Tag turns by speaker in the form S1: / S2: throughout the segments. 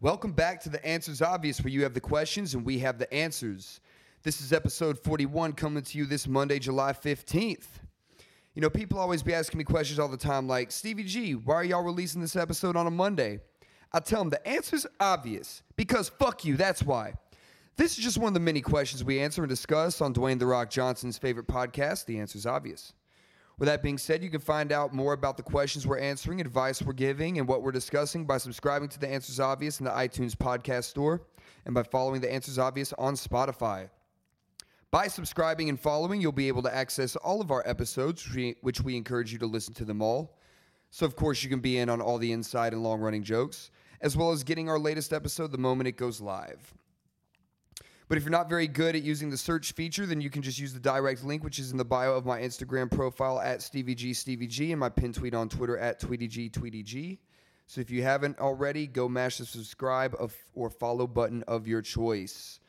S1: Welcome back to The Answer's Obvious, where you have the questions and we have the answers. This is episode 41 coming to you this Monday, July 15th. You know, people always be asking me questions all the time like, Stevie G, why are y'all releasing this episode on a Monday? I tell them the answer's obvious because fuck you, that's why. This is just one of the many questions we answer and discuss on Dwayne The Rock Johnson's favorite podcast, The Answer's Obvious. With that being said, you can find out more about the questions we're answering, advice we're giving, and what we're discussing by subscribing to The Answers Obvious in the iTunes podcast store and by following The Answers Obvious on Spotify. By subscribing and following, you'll be able to access all of our episodes, which we- which we encourage you to listen to them all. So, of course, you can be in on all the inside and long running jokes, as well as getting our latest episode the moment it goes live. But if you're not very good at using the search feature, then you can just use the direct link, which is in the bio of my Instagram profile at StevieGStevieG and my pin tweet on Twitter at TweetyGTweetyG. So if you haven't already, go mash the subscribe of, or follow button of your choice.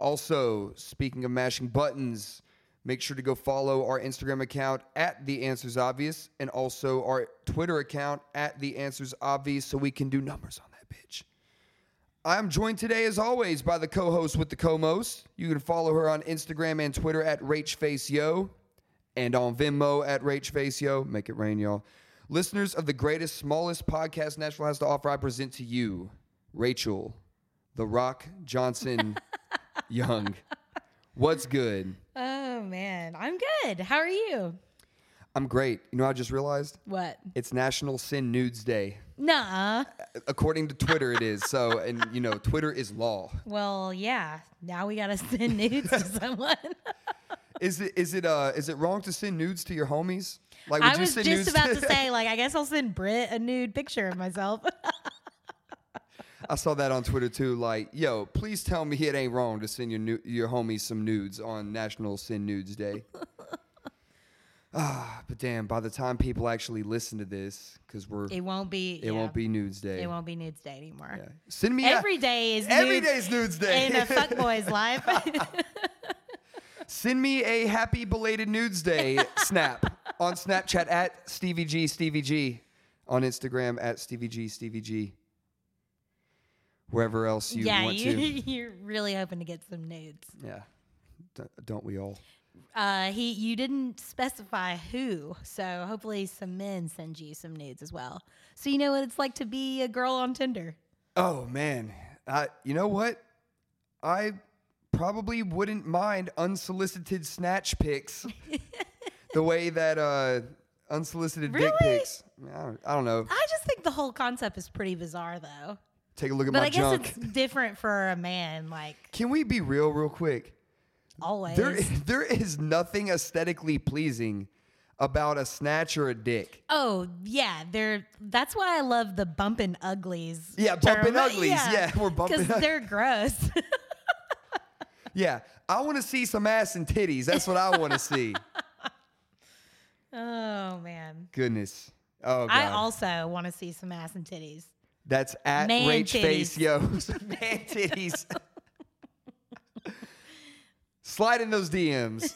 S1: Also, speaking of mashing buttons, make sure to go follow our Instagram account at The Answers Obvious and also our Twitter account at The Answers Obvious so we can do numbers on that bitch. I'm joined today, as always, by the co-host with the co-most. You can follow her on Instagram and Twitter at RachFaceYo and on Venmo at RachFaceYo. Make it rain, y'all. Listeners of the greatest, smallest podcast Nashville has to offer, I present to you Rachel, The Rock Johnson Young. What's good?
S2: Oh man, I'm good. How are you?
S1: I'm great. You know, what I just realized
S2: What?
S1: it's National Sin Nudes Day.
S2: Nah.
S1: According to Twitter, it is. So, and you know, Twitter is law.
S2: Well, yeah. Now we gotta send nudes to someone.
S1: Is it is it uh is it wrong to send nudes to your homies? Like
S2: I was just about to say, like, I guess I'll send Britt a nude picture of myself.
S1: I saw that on Twitter too. Like, yo, please tell me it ain't wrong to send your nu- your homies some nudes on National Send Nudes Day. ah, but damn, by the time people actually listen to this, because we're it,
S2: it won't be. yeah.
S1: won't be nudes day.
S2: It won't be nudes day anymore.
S1: Yeah. Send me
S2: Every day is
S1: a, every
S2: nudes
S1: day's nudes day.
S2: in a fuckboy's life.
S1: Send me a happy belated nudes day snap on Snapchat at Stevie G Stevie G, on Instagram at Stevie G Stevie G. Wherever else you
S2: yeah,
S1: want
S2: you,
S1: to,
S2: you're really hoping to get some nudes.
S1: yeah. D- don't we all?
S2: Uh, he, you didn't specify who, so hopefully some men send you some nudes as well, so you know what it's like to be a girl on Tinder.
S1: Oh man, I, you know what? I probably wouldn't mind unsolicited snatch pics, the way that uh, unsolicited dick
S2: Really?
S1: pics. I, mean, I don't, I don't know.
S2: I just think the whole concept is pretty bizarre, though.
S1: Take a look at
S2: But
S1: my
S2: I guess
S1: junk.
S2: it's different for a man, like
S1: Can we be real, real quick?
S2: always.
S1: There, there is nothing aesthetically pleasing about a snatch or a dick.
S2: oh yeah, there. That's why I love the bumping uglies.
S1: Yeah,
S2: term.
S1: bumping uglies. Yeah, we're bumping
S2: because
S1: ug-
S2: they're gross.
S1: Yeah, I want to see some ass and titties. That's what I want to see.
S2: oh man,
S1: Goodness. Oh god.
S2: I also want to see some ass and titties.
S1: That's at
S2: Man
S1: Rach
S2: titties.
S1: Face Yo. Man titties. Slide in those DMs.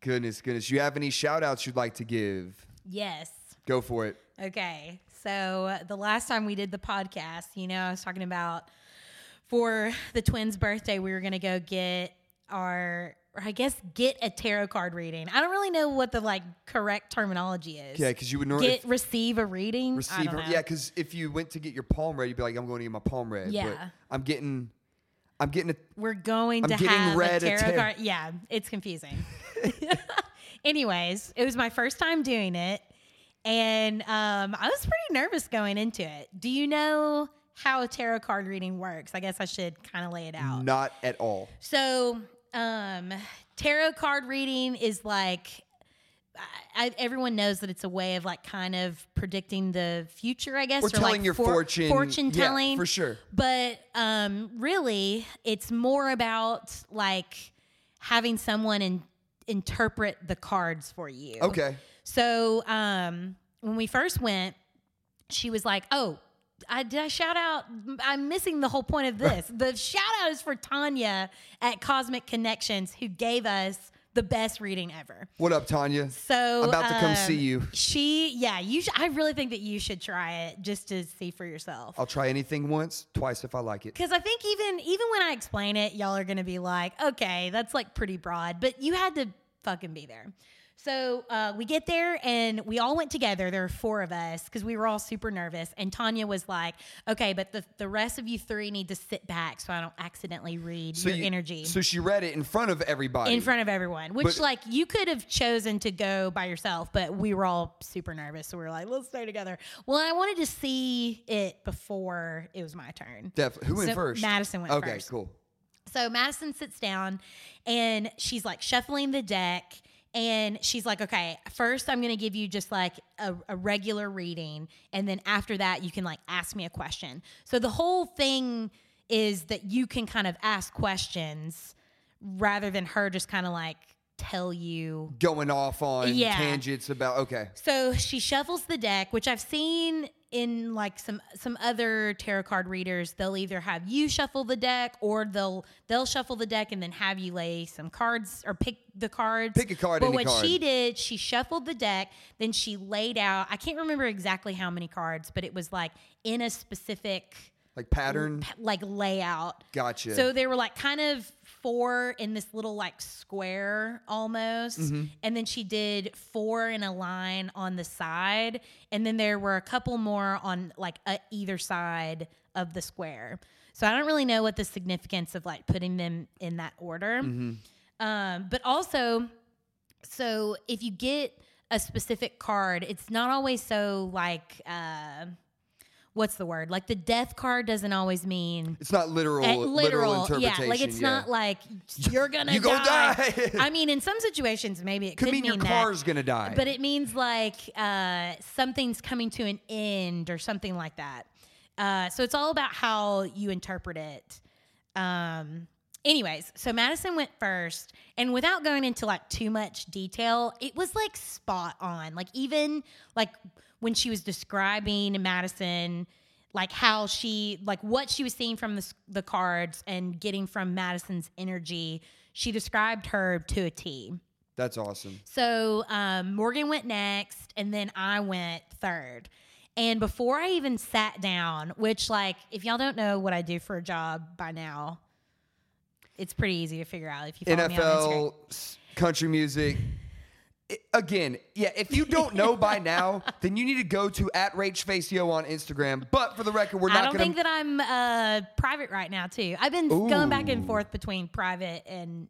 S1: goodness, goodness. You have any shout outs you'd like to give?
S2: Yes.
S1: Go for it.
S2: Okay. So uh, the last time we did the podcast, you know, I was talking about for the twins' birthday, we were going to go get our, or I guess, get a tarot card reading. I don't really know what the like correct terminology is.
S1: Yeah, because you would normally
S2: Get, receive a reading. I
S1: receive.
S2: don't know.
S1: Yeah, because if you went to get your palm read, you'd be like, "I'm going to get my palm read."
S2: Yeah.
S1: But I'm getting, I'm getting a
S2: We're going
S1: I'm
S2: to
S1: getting
S2: have a
S1: read a
S2: tarot
S1: tar-
S2: card. Yeah, it's confusing. Anyways, it was my first time doing it, and um, I was pretty nervous going into it. Do you know how a tarot card reading works? I guess I should kind of lay it out.
S1: not at all.
S2: So, um, tarot card reading is like I, I, everyone knows that it's a way of like kind of predicting the future, I guess,
S1: We're telling
S2: like
S1: your
S2: for-
S1: fortune.
S2: fortune
S1: Yeah,
S2: telling
S1: for sure.
S2: But um, really, it's more about like having someone in, interpret the cards for you.
S1: Okay.
S2: So um, when we first went, she was like, "Oh, I did I shout out? I'm missing the whole point of this. the shout out is for Tanya at Cosmic Connections who gave us the best reading ever.
S1: What up, Tanya?
S2: So
S1: About to come
S2: um,
S1: see you.
S2: She, yeah, you. Sh- I really think that you should try it just to see for yourself.
S1: I'll try anything once, twice if I like it.
S2: Because I think even even when I explain it, y'all are gonna be like, okay, that's like pretty broad, but you had to fucking be there. So uh, we get there and we all went together. There were four of us because we were all super nervous. And Tanya was like, okay, but the, the rest of you three need to sit back so I don't accidentally read your
S1: you-
S2: energy
S1: So she read it in front of everybody.
S2: in front of everyone, which
S1: But-
S2: like you could have chosen to go by yourself, but we were all super nervous, so we were like, let's stay together. Well, I wanted to see it before it was my turn.
S1: Def- who went
S2: So
S1: first?
S2: Madison went
S1: okay,
S2: first.
S1: cool.
S2: So Madison sits down and she's like shuffling the deck. And she's like, okay, first I'm gonna give you just like a, a regular reading. And then after that, you can like ask me a question. So the whole thing is that you can kind of ask questions rather than her just kind of like tell you
S1: Going off on
S2: Yeah.
S1: tangents about okay.
S2: so she shuffles the deck, which I've seen in like some some other tarot card readers. They'll either have you shuffle the deck, or they'll they'll shuffle the deck and then have you lay some cards or pick the cards.
S1: Pick a card,
S2: But
S1: any
S2: what
S1: card.
S2: she did, she shuffled the deck, then she laid out. I can't remember exactly how many cards, but it was like in a specific
S1: Like pattern.
S2: like layout.
S1: Gotcha.
S2: So they were like kind of four in this little like square almost. And then she did four in a line on the side. And then there were a couple more on like a, either side of the square. So I don't really know what the significance of like putting them in that order. Um, but also, so if you get a specific card, it's not always so like, uh, what's the word? Like the death card doesn't always mean
S1: it's not literal
S2: uh,
S1: literal, interpretation.
S2: Yeah, like it's
S1: yeah.
S2: not like you're gonna
S1: You gonna
S2: die.
S1: die.
S2: I mean, in some situations, maybe it
S1: could mean, your
S2: that,
S1: car's gonna die.
S2: but it means like uh, something's coming to an end or something like that. Uh, so it's all about how you interpret it. Um, anyways, so Madison went first, and without going into like too much detail, it was like spot on. Like even like when she was describing Madison, like how she like what she was seeing from the s- the cards and getting from Madison's energy, she described her to a T.
S1: That's awesome.
S2: So um, Morgan went next, and then I went third. And before I even sat down, which, like, if y'all don't know what I do for a job by now, it's pretty easy to figure out if you follow me on Instagram.
S1: NFL, s- country music. I- Again, yeah, if you don't know by now, then you need to go to at Facio on Instagram. But for the record, we're
S2: I
S1: not
S2: don't
S1: going
S2: think
S1: to.
S2: that I'm uh, private right now, too. I've been going back and
S1: Ooh.
S2: forth between private and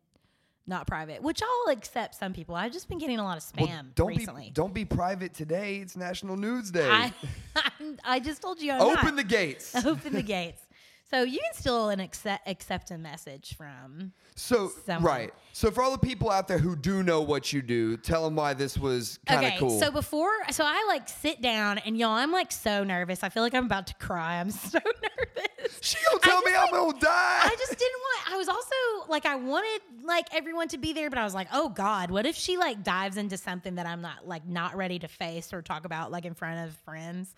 S2: not private, which I'll accept some people. I've just been getting a lot of spam
S1: don't
S2: recently.
S1: be don't be private today. It's National News Day.
S2: I, I'm, I just told you I'm not.
S1: Open the gates.
S2: open the gates. So you can still an accept, accept a message from.
S1: So
S2: Someone.
S1: right. So for all the people out there who do know what you do, tell them why this was kind of
S2: Okay,
S1: cool.
S2: so before, so I like sit down and y'all, I'm like so nervous. I feel like I'm about to cry. I'm so nervous.
S1: she gonna tell
S2: just,
S1: me
S2: like-
S1: I'm gonna die.
S2: I just didn't want. I was also like, I wanted like everyone to be there, but I was like, oh God, what if she like dives into something that I'm not like not ready to face or talk about like in front of friends?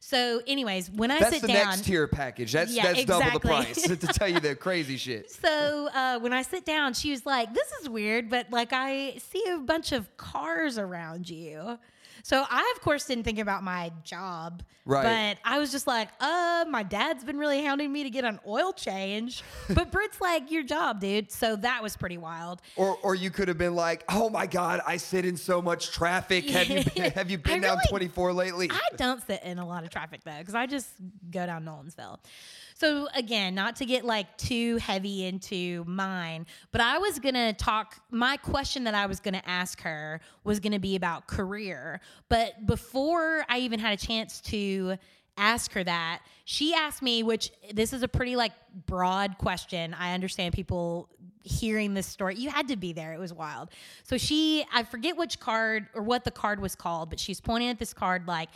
S2: So, anyways, when I
S1: that's
S2: sit
S1: the
S2: down,
S1: next tier package. That's
S2: Yeah,
S1: that's double the price
S2: exactly.
S1: to tell you the crazy shit.
S2: So uh, when I sit down, she was like, "This is weird, but like I see a bunch of cars around you." So I, of course, didn't think about my job,
S1: Right.
S2: But I was just like, "Uh, my dad's been really hounding me to get an oil change," but Britt's like, "Your job, dude." So that was pretty wild.
S1: Or or you could have been like, oh my god, I sit in so much traffic. Have you been, have you
S2: I
S1: been down
S2: really-
S1: 24 lately?
S2: I don't sit in a lot of traffic though, because I just go down Nolensville. So again, not to get like too heavy into mine, but I was gonna talk. My question that I was gonna ask her was gonna be about career, but before I even had a chance to ask her that, she asked me, which this is a pretty like broad question. I understand people hearing this story. You had to be there. It was wild. So she, I forget which card or what the card was called, but she's pointing at this card like,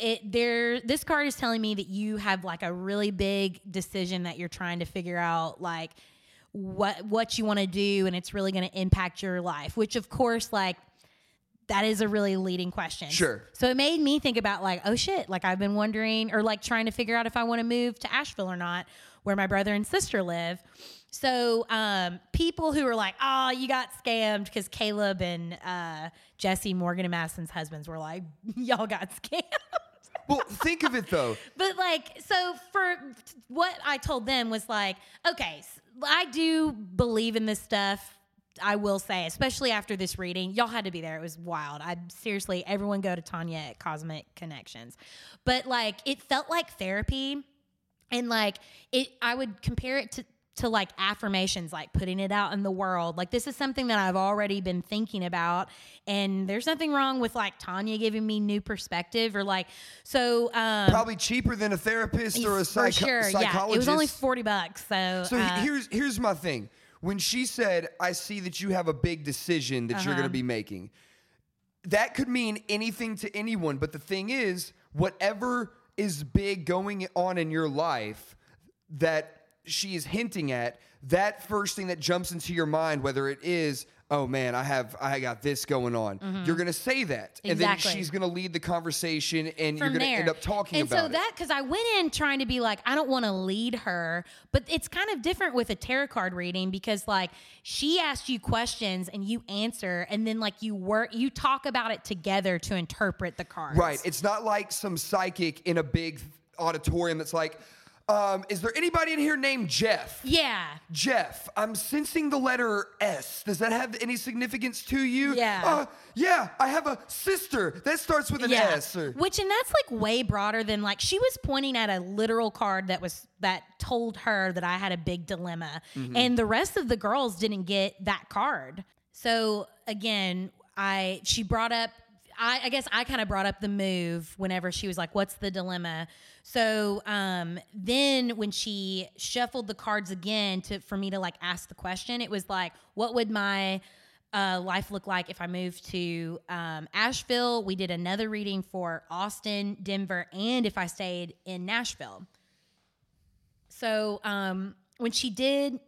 S2: it there this card is telling me that you have like a really big decision that you're trying to figure out like what what you want to do and it's really going to impact your life which of course like That is a really leading question.
S1: Sure.
S2: So it made me think about like, oh shit, like I've been wondering or like trying to figure out if I want to move to Asheville or not, where my brother and sister live. So um, people who are like, oh, you got scammed because Caleb and uh, Jesse Morgan and Madison's husbands were like, y'all got scammed.
S1: Well, think of it though.
S2: But like, so for what I told them was like, okay, s- I do believe in this stuff. I will say, especially after this reading, y'all had to be there. It was wild. I seriously, everyone go to Tanya at Cosmic Connections. But like, it felt like therapy and like it i would compare it to to like affirmations like putting it out in the world like this is something that i've already been thinking about and there's nothing wrong with like tanya giving me new perspective or like so um
S1: Probably cheaper than a therapist or a
S2: for
S1: psych-
S2: sure yeah
S1: psychologist.
S2: it was only 40 bucks so,
S1: So he-
S2: uh,
S1: here's here's my thing. When she said, "I see that you have a big decision that you're going
S2: Uh-huh.
S1: to be making," that could mean anything to anyone. But the thing is, whatever is big going on in your life that she is hinting at, that first thing that jumps into your mind, whether it is, "Oh man, I have I got this going on," you're going to say that, and then
S2: Mm-hmm. Exactly.
S1: she's going to lead the conversation, and you're
S2: from
S1: going to
S2: there.
S1: end up talking
S2: and
S1: about
S2: so
S1: it.
S2: that because I went in trying to be like, I don't want to lead her, but it's kind of different with a tarot card reading because like she asked you questions and you answer, and then like you work, you talk about it together to interpret the cards.
S1: Right. It's not like some psychic in a big auditorium that's like, um, is there anybody in here named Jeff?
S2: yeah.
S1: Jeff, I'm sensing the letter S. Does that have any significance to you?
S2: Yeah.
S1: Uh, yeah, I have a sister that starts with an
S2: Yeah.
S1: S. Or,
S2: Which and that's like way broader than like she was pointing at a literal card that was that told her that I had a big dilemma.
S1: Mm-hmm.
S2: And the rest of the girls didn't get that card. So again, I she brought up I, I guess I kind of brought up the move whenever she was like, What's the dilemma? So um, then when she shuffled the cards again to for me to like ask the question, it was like, What would my uh, life look like if I moved to um, Asheville. We did another reading for Austin, Denver, and if I stayed in Nashville. So um, when she did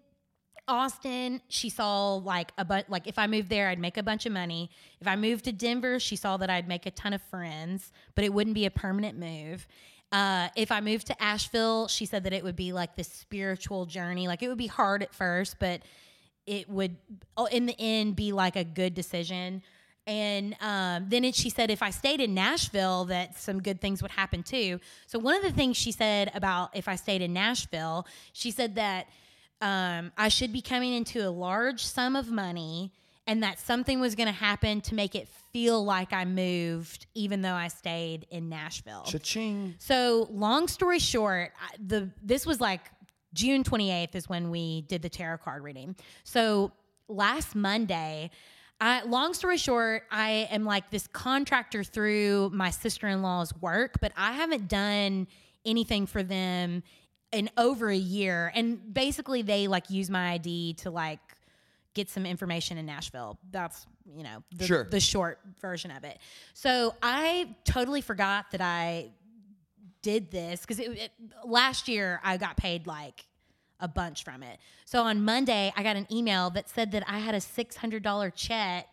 S2: Austin, she saw like a bu- like if I moved there, I'd make a bunch of money. If I moved to Denver, she saw that I'd make a ton of friends, but it wouldn't be a permanent move. Uh, if I moved to Asheville, she said that it would be like this spiritual journey. Like it would be hard at first, but it would oh, in the end be like a good decision. And um, then it, she said, if I stayed in Nashville, that some good things would happen too. So one of the things she said about if I stayed in Nashville, she said that um, I should be coming into a large sum of money and that something was going to happen to make it feel like I moved, even though I stayed in Nashville.
S1: Cha-ching.
S2: So, long story short, I- the this was like June 28th is when we did the tarot card reading. So, last Monday, I, long story short, I am like this contractor through my sister in law's work, but I haven't done anything for them in over a year. And basically, they like use my ID to like get some information in Nashville. That's, you know, the,
S1: Sure.
S2: the short version of it. So, I totally forgot that I did this because it, it, last year I got paid like a bunch from it. So on Monday, I got an email that said that I had a six hundred dollar check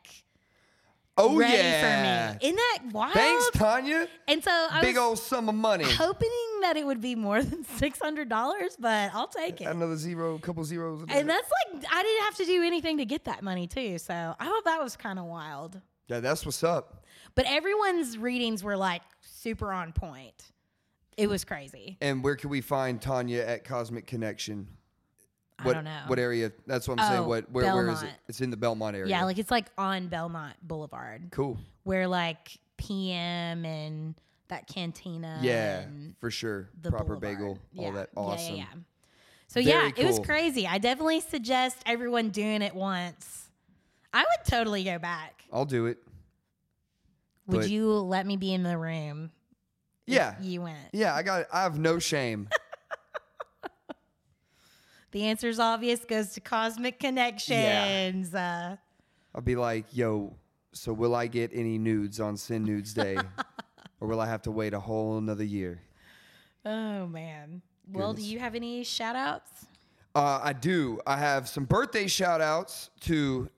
S1: Oh,
S2: ready
S1: yeah.
S2: for me. Isn't that wild?
S1: Thanks, Tanya.
S2: And so I
S1: Big
S2: was
S1: old sum of money.
S2: hoping that it would be more than six hundred dollars, but I'll take it.
S1: Another zero, couple zeros. in there.
S2: And that's like I didn't have to do anything to get that money too. So I thought that was kind of wild.
S1: yeah, that's what's up.
S2: But everyone's readings were like super on point. It was crazy.
S1: And where can we find Tanya at Cosmic Connection? What,
S2: don't know.
S1: What area? That's what I'm
S2: Oh,
S1: saying. What? Where, where is it?
S2: Belmont.
S1: It's in the Belmont area.
S2: Yeah, like it's like on Belmont Boulevard.
S1: Cool.
S2: where like PM and that cantina.
S1: Yeah,
S2: and
S1: for sure.
S2: um, the
S1: Proper
S2: boulevard.
S1: bagel,
S2: Yeah.
S1: all that
S2: Yeah, yeah,
S1: awesome.
S2: yeah. So
S1: Very
S2: yeah, it was
S1: cool.
S2: crazy. I definitely suggest everyone doing it once. I would totally go back.
S1: I'll do it.
S2: Would
S1: But-
S2: you let me be in the room? if
S1: Yeah.
S2: You went.
S1: Yeah, I got I have no shame.
S2: The answer's obvious, goes to Cosmic Connections. Uh,
S1: I'll be like, yo, so will I get any nudes on Sin Nudes Day? or will I have to wait a whole another year?
S2: oh man. Well, do
S1: Goodness.
S2: you have any shout outs?
S1: Uh, I do. I have some birthday shout outs to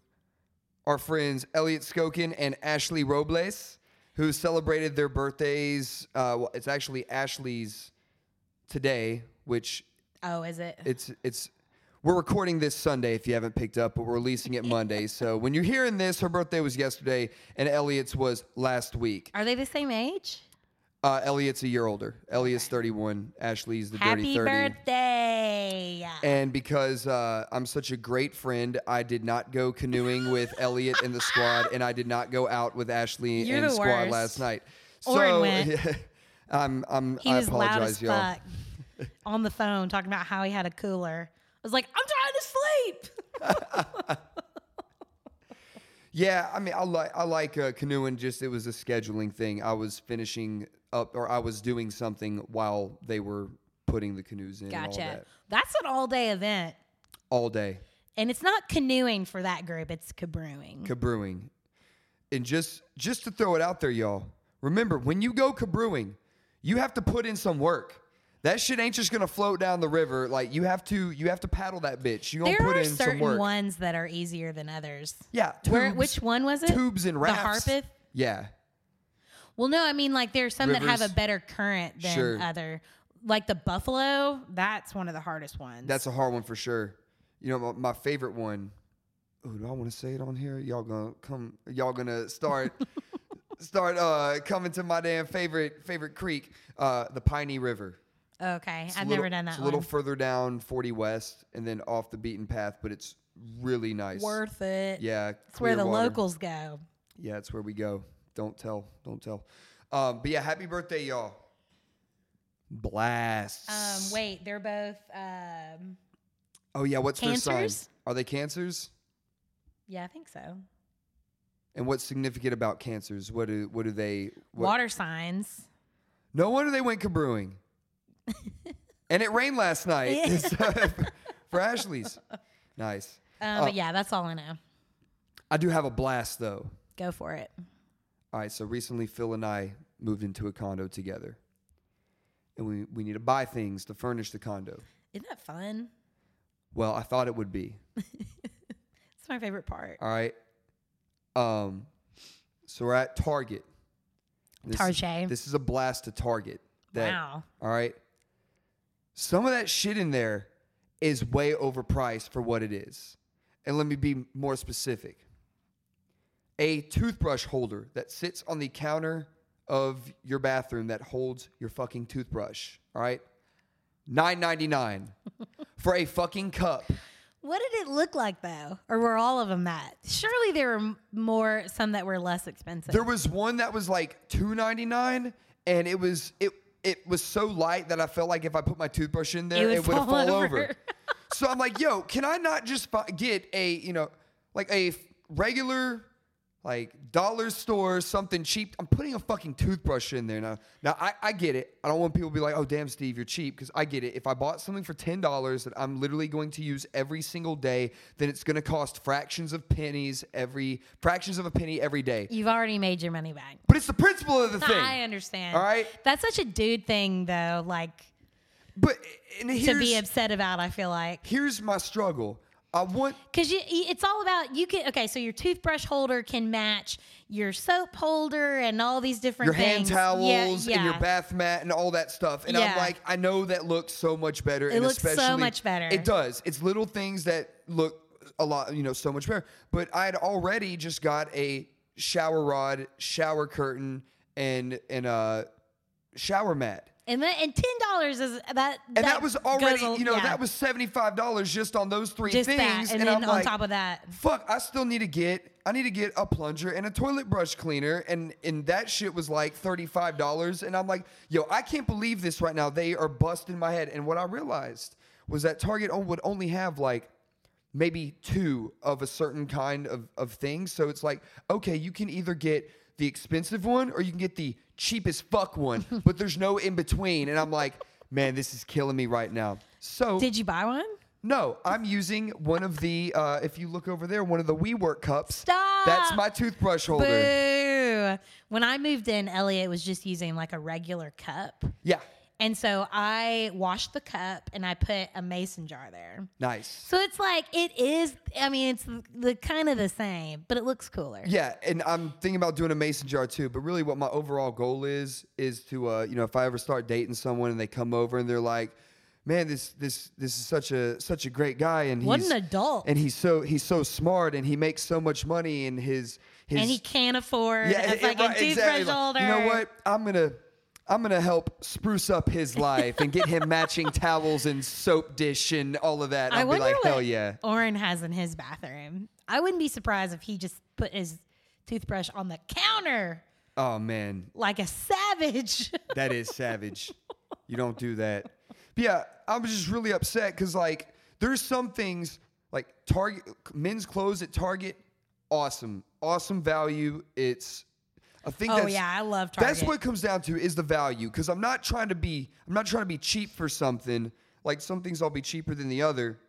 S1: our friends Elliot Skokin and Ashley Robles, who celebrated their birthdays. Uh, well, it's actually Ashley's today, which
S2: Oh, is it?
S1: it's it's we're recording this Sunday if you haven't picked up, but we're releasing it Monday. so when you're hearing this, her birthday was yesterday, and Elliot's was last week.
S2: Are they the same age?
S1: Uh, Elliot's a year older. Elliot's 31. Ashley's the dirty
S2: Happy
S1: 30.
S2: birthday.
S1: And because uh, I'm such a great friend, I did not go canoeing with Elliot and the squad, and I did not go out with Ashley
S2: You're
S1: and
S2: the
S1: squad
S2: worst.
S1: last night.
S2: Oren
S1: so
S2: went.
S1: I'm, I'm,
S2: He
S1: I
S2: was loud
S1: apologize,
S2: as
S1: y'all.
S2: fuck on the phone talking about how he had a cooler. I was like, I'm trying to sleep.
S1: Yeah, I mean, I like I like uh, canoeing. Just it was a scheduling thing. I was finishing up, or I was doing something while they were putting the canoes in. And all,
S2: Gotcha.
S1: that.
S2: That's an all day event.
S1: all day,
S2: And it's not canoeing for that group, it's cabrewing.
S1: cabrewing, and just just to throw it out there, y'all. Remember, when you go cabrewing, you have to put in some work. That shit ain't just gonna float down the river. Like you have to you have to paddle that bitch. You gonna
S2: there
S1: put
S2: are
S1: in some
S2: certain
S1: work.
S2: ones that are easier than others.
S1: yeah, tubes,
S2: Where, which one was it?
S1: tubes and rafts.
S2: The Harpeth?
S1: Yeah,
S2: Well, no, I mean, like, there are some that have
S1: Rivers.
S2: a better current than
S1: Sure.
S2: other. Like the Buffalo, that's one of the hardest ones.
S1: That's a hard one for sure. You know, my, my favorite one. Ooh, do I want to say it on here? Y'all gonna come? Y'all gonna start start uh, coming to my damn favorite favorite creek, uh, the Piney River.
S2: okay.
S1: It's a
S2: I've
S1: little-
S2: never done that
S1: It's a little
S2: one.
S1: further down 40 West and then off the beaten path, but it's really nice.
S2: Worth it.
S1: Yeah,
S2: It's where the
S1: Clearwater.
S2: locals go.
S1: Yeah, it's where we go. Don't tell. Don't tell. Um, but yeah, happy birthday, y'all.
S2: Um,
S1: Blasts.
S2: wait, they're both. Um,
S1: Oh yeah, what's their sign?
S2: Cancers?
S1: Are they cancers?
S2: yeah, I think so.
S1: And what's significant about cancers? What do what do they? What,
S2: Water signs.
S1: No wonder they went cabrewing. and it rained last night So, for Ashley's. Nice.
S2: Um,
S1: Uh,
S2: but yeah, that's all I know.
S1: I do have a blast though.
S2: Go for it.
S1: All right, so recently Phil and I moved into a condo together, and we we need to buy things to furnish the condo.
S2: Isn't that fun?
S1: Well, I thought it would be
S2: It's my favorite part.
S1: all right. Um, so we're at Target. This,
S2: Tarjay.
S1: This is a blast to Target. That,
S2: wow.
S1: All right. Some of that shit in there is way overpriced for what it is. And let me be more specific. A toothbrush holder that sits on the counter of your bathroom that holds your fucking toothbrush, all right? 9.99 for a fucking cup.
S2: What did it look like though? Or were all of them that? Surely there were m- more, some that were less expensive.
S1: There was one that was like 2.99 and it was it it was so light that I felt like if I put my toothbrush in there
S2: would
S1: it would fall,
S2: fall
S1: over.
S2: over.
S1: so I'm like, "Yo, can I not just fi- get a, you know, like a f- regular like dollar store something cheap. I'm putting a fucking toothbrush in there now. Now I, I get it. I don't want people to be like, "Oh damn, Steve, you're cheap." Because I get it. If I bought something for ten dollars that I'm literally going to use every single day, then it's going to cost fractions of pennies every fractions of a penny every day.
S2: You've already made your money back.
S1: But it's the principle of the thing.
S2: I uh, understand.
S1: All right.
S2: That's such a dude thing though, like
S1: But and
S2: to be
S1: here's,
S2: upset about, I feel like.
S1: here's my struggle. I want
S2: Because it's all about you can okay, so your toothbrush holder can match your soap holder and all these different
S1: your hand
S2: things.
S1: towels
S2: Yeah,
S1: and your
S2: yeah.
S1: bath mat and all that stuff. And I'm
S2: Yeah.
S1: like, I know that looks so much better. It and
S2: looks so
S1: especially,
S2: much better.
S1: It does. It's little things that look a lot, you know, so much better. But I had already just got a shower rod, shower curtain, and and a shower mat.
S2: And that, and ten dollars is that.
S1: And that, was already,
S2: goes a-
S1: you know,
S2: yeah.
S1: that was seventy five dollars just on those three
S2: just
S1: things.
S2: that, and,
S1: I'm
S2: then on
S1: like,
S2: top of that,
S1: fuck, I still need to get I need to get a plunger and a toilet brush cleaner and and that shit was like $35 and I'm like, yo, I can't believe this right now. They are busting my head. And what I realized was that Target on- would only have like maybe two of a certain kind of of thing. So it's like, okay, you can either get the expensive one or you can get the cheapest fuck one, but there's no in between and I'm like, man, this is killing me right now. So
S2: did you buy one?
S1: no, I'm using one of the. Uh, if you look over there, one of the WeWork cups.
S2: Stop!
S1: That's my toothbrush holder.
S2: Boo! When I moved in, Elliot was just using like a regular cup,
S1: Yeah,
S2: And so I washed the cup and I put a mason jar there.
S1: Nice.
S2: So it's like it is. I mean, it's the, the kind of the same, but it looks cooler.
S1: Yeah, and I'm thinking about doing a mason jar too. But really, what my overall goal is is to, uh, you know, if I ever start dating someone and they come over and they're like, "Man, this this this is such a such a great guy," and
S2: What
S1: he's
S2: an adult.
S1: and he's so he's so smart, and he makes so much money, and his his
S2: and he can't afford a
S1: it- it-
S2: fucking
S1: right,
S2: toothbrush
S1: exactly. Like,
S2: holder.
S1: You know what? I'm gonna I'm gonna help spruce up his life and get him matching towels and soap dish and all of that.
S2: I
S1: I'll be
S2: wonder
S1: like,
S2: what
S1: hell yeah.
S2: Oren has in his bathroom. I wouldn't be surprised if he just put his toothbrush on the counter
S1: Oh man,
S2: like a savage.
S1: that is savage. you don't do that. But yeah, I was just really upset because like there's some things like Target men's clothes at Target, awesome, awesome value. It's I think
S2: oh
S1: that's
S2: yeah, I love Target.
S1: That's what it comes down to is the value. Because I'm not trying to be I'm not trying to be cheap for something. Like some things I'll be cheaper than the other.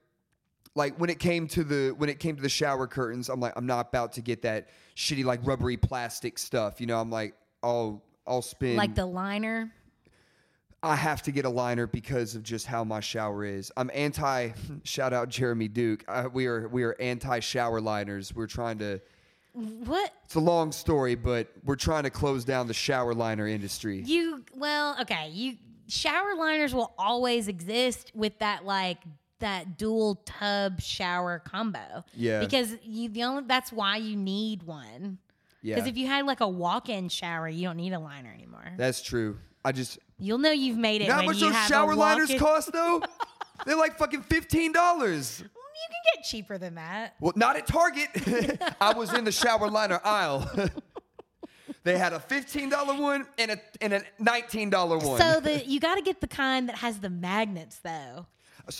S1: Like when it came to the when it came to the shower curtains, I'm like I'm not about to get that shitty like rubbery plastic stuff. You know, I'm like I'll I'll spend
S2: like the liner.
S1: I have to get a liner because of just how my shower is. I'm anti. Shout out Jeremy Duke. Uh, we are we are anti shower liners. We're trying to.
S2: What
S1: It's a long story, but we're trying to close down the shower liner industry.
S2: you? Well, okay. You shower liners will always exist with that like that dual tub shower combo.
S1: Yeah.
S2: Because you the only that's why you need one.
S1: Yeah.
S2: Because if you had like a walk-in shower, you don't need a liner anymore.
S1: That's true. I just
S2: You'll know you've made it.
S1: you know how
S2: when
S1: much
S2: you
S1: those
S2: have a
S1: shower liners
S2: walk-in-
S1: cost though? They're like fucking fifteen dollars.
S2: You can get cheaper than that.
S1: Well, not at Target. I was in the shower liner aisle. they had a fifteen dollar one and a and a nineteen dollar one.
S2: So
S1: So,
S2: the you got to get the kind that has the magnets though.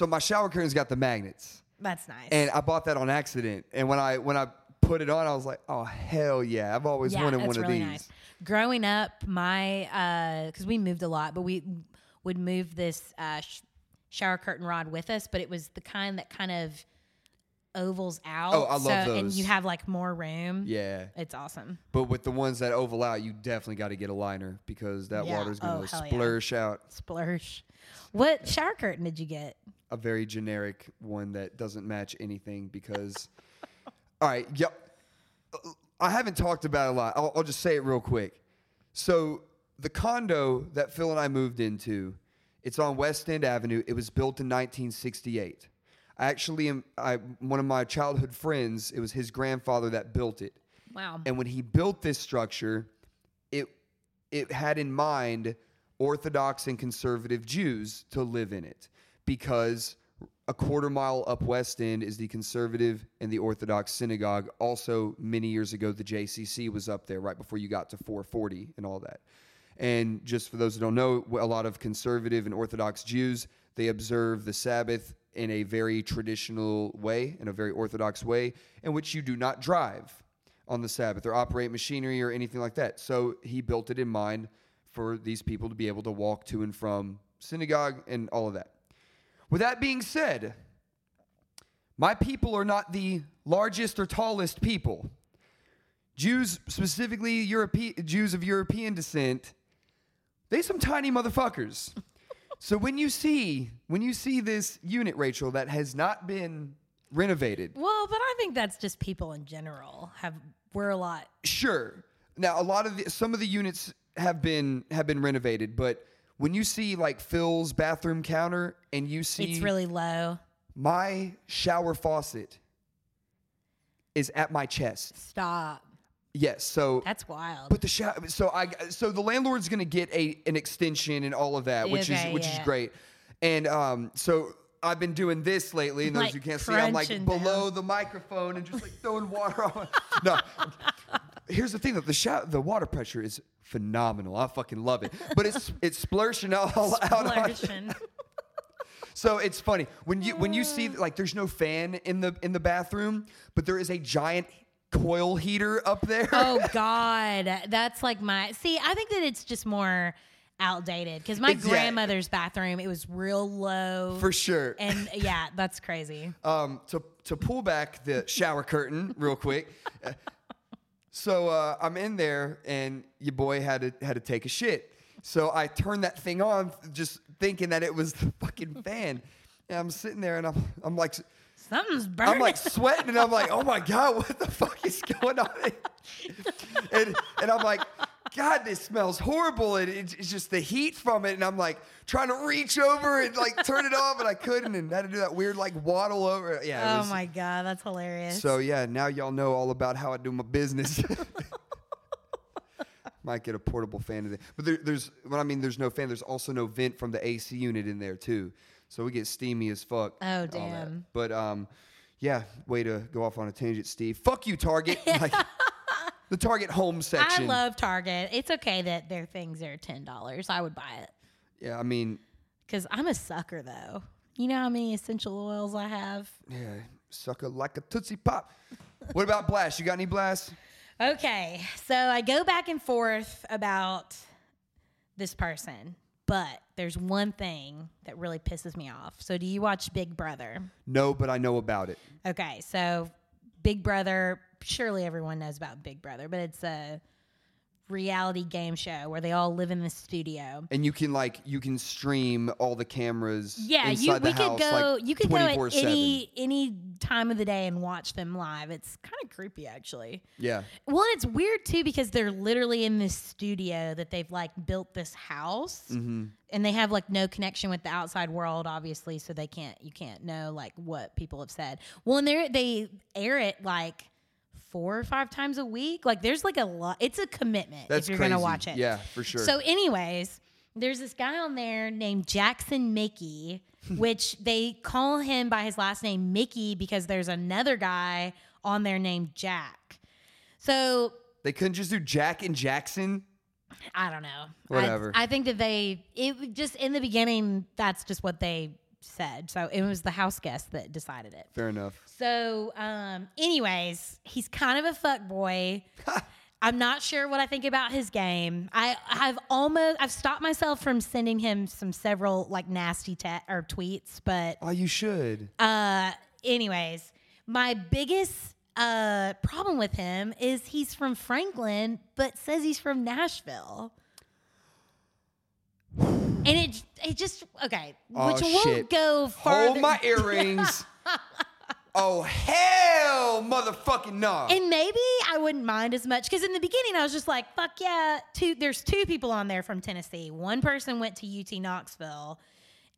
S1: my shower curtains got the magnets,
S2: That's nice.
S1: and I bought that on accident. And when I when I put it on, I was like, oh hell yeah! I've always wanted one of these.
S2: Growing up, my because we moved a lot, but we would move this uh, sh- shower curtain rod with us, but it was the kind that kind of ovals out.
S1: Oh, I love
S2: And
S1: those.
S2: you have like more room.
S1: Yeah,
S2: It's awesome.
S1: but with the ones that oval out, you definitely got to get a liner because that
S2: Yeah.
S1: water's
S2: Oh,
S1: gonna
S2: hell yeah.
S1: splurge out.
S2: Splurge. What shower curtain did you get?
S1: a very generic one that doesn't match anything because all right yep i haven't talked about it a lot I'll, I'll just say it real quick so the condo that phil and i moved into it's on west end avenue it was built in 1968 i actually am I, one of my childhood friends it was his grandfather that built it
S2: Wow.
S1: and when he built this structure, it it had in mind Orthodox and conservative Jews to live in it because a quarter mile up West End is the conservative and the Orthodox synagogue. Also, many years ago, the JCC was up there right before you got to 440 and all that. And just for those who don't know, a lot of conservative and Orthodox Jews they observe the Sabbath in a very traditional way, in a very Orthodox way, in which you do not drive on the Sabbath or operate machinery or anything like that. So he built it in mind for these people to be able to walk to and from synagogue and all of that. With that being said, my people are not the largest or tallest people. Jews, specifically Europe- Jews of European descent, they some tiny motherfuckers. so when you see when you see this unit, Rachel, that has not been renovated,
S2: Well, but I think that's just people in general have we're a lot.
S1: Sure. Now a lot of the, some of the units have been have been renovated, but when you see like Phil's bathroom counter and you see
S2: It's really low.
S1: my shower faucet is at my chest.
S2: Stop.
S1: Yes, so
S2: That's wild.
S1: but the shower so I so the landlord's going to get a an extension and all of that, which
S2: Okay,
S1: is which
S2: yeah.
S1: is great. And um so I've been doing this lately, and those
S2: Like
S1: who can't see, I'm like
S2: crunching
S1: below the microphone and just like throwing water on. No, here's the thing though: the shower, the water pressure is phenomenal. I fucking love it, but it's it's splurging all out. On,
S2: Flourishing.
S1: so it's funny when you when you see
S2: Mm.
S1: like there's no fan in the in the bathroom, but there is a giant coil heater up there.
S2: oh God, that's like my see. I think that it's just more outdated because my
S1: It's- yeah.
S2: grandmother's bathroom it was real low
S1: For sure.
S2: and yeah, that's crazy.
S1: um, to to pull back the shower curtain real quick. So uh, I'm in there, and your boy had to had to take a shit. So I turned that thing on, just thinking that it was the fucking fan. And I'm sitting there, and I'm, I'm like,
S2: Something's burning.
S1: I'm like sweating, and I'm like, oh my god, what the fuck is going on? and and I'm like, God, this smells horrible, and it's, it's just the heat from it. And I'm like trying to reach over and like turn it off, and I couldn't, and had to do that weird like waddle over. Yeah. it
S2: oh
S1: was-
S2: my god, that's hilarious.
S1: So yeah, now y'all know all about how I do my business. Might get a portable fan today, but there, there's when I mean there's no fan. There's also no vent from the AC unit in there too, so we get steamy as fuck.
S2: Oh,
S1: and all that.
S2: damn.
S1: But um, yeah, way to go off on a tangent, Steve. Fuck you, Target. Like, the Target home
S2: I
S1: section.
S2: love Target. It's okay that their things are ten dollars. I would buy it
S1: yeah, I mean,
S2: because I'm a sucker though. You know how many essential oils I have.
S1: yeah, sucker like a tootsie pop. what about blast? You got any blast?
S2: Okay, so I go back and forth about this person, but there's one thing that really pisses me off. So, do you watch Big Brother?
S1: No, but I know about it.
S2: Okay, so Big Brother, surely everyone knows about Big Brother, but it's a reality game show where they all live in the studio.
S1: and you can like you can stream all the cameras.
S2: Yeah,
S1: inside
S2: you
S1: the
S2: we could
S1: house,
S2: go
S1: like,
S2: you could go at
S1: 24/7.
S2: any any time of the day and watch them live. It's kind of creepy actually.
S1: Yeah,
S2: Well, and it's weird too because they're literally in this studio that they've like built this house, and they have like no connection with the outside world, obviously, so they can't you can't know like what people have said. Well, and they they air it like four or five times a week. Like there's like a lot. It's a commitment
S1: that's
S2: if you're
S1: crazy.
S2: gonna watch it.
S1: Yeah, for sure.
S2: So, anyways, there's this guy on there named Jackson Mickey, which they call him by his last name Mickey because there's another guy on there named Jack. So
S1: they couldn't just do Jack and Jackson.
S2: I don't know.
S1: Whatever.
S2: I, I think that they it was just in the beginning that's just what they said. So it was the house guest that decided it.
S1: Fair enough.
S2: So, um, anyways, he's kind of a fuck boy. I'm not sure what I think about his game. I I've almost I've stopped myself from sending him some several like nasty te- or tweets, but
S1: Oh, you should.
S2: uh, anyways, my biggest uh problem with him is he's from Franklin, but says he's from Nashville. And it it just okay,
S1: Oh,
S2: which will
S1: shit.
S2: go farther.
S1: Hold my earrings. oh hell, motherfucking no.
S2: And maybe I wouldn't mind as much because in the beginning I was just like, "Fuck yeah!" Two, there's two people on there from Tennessee. One person went to UT Knoxville,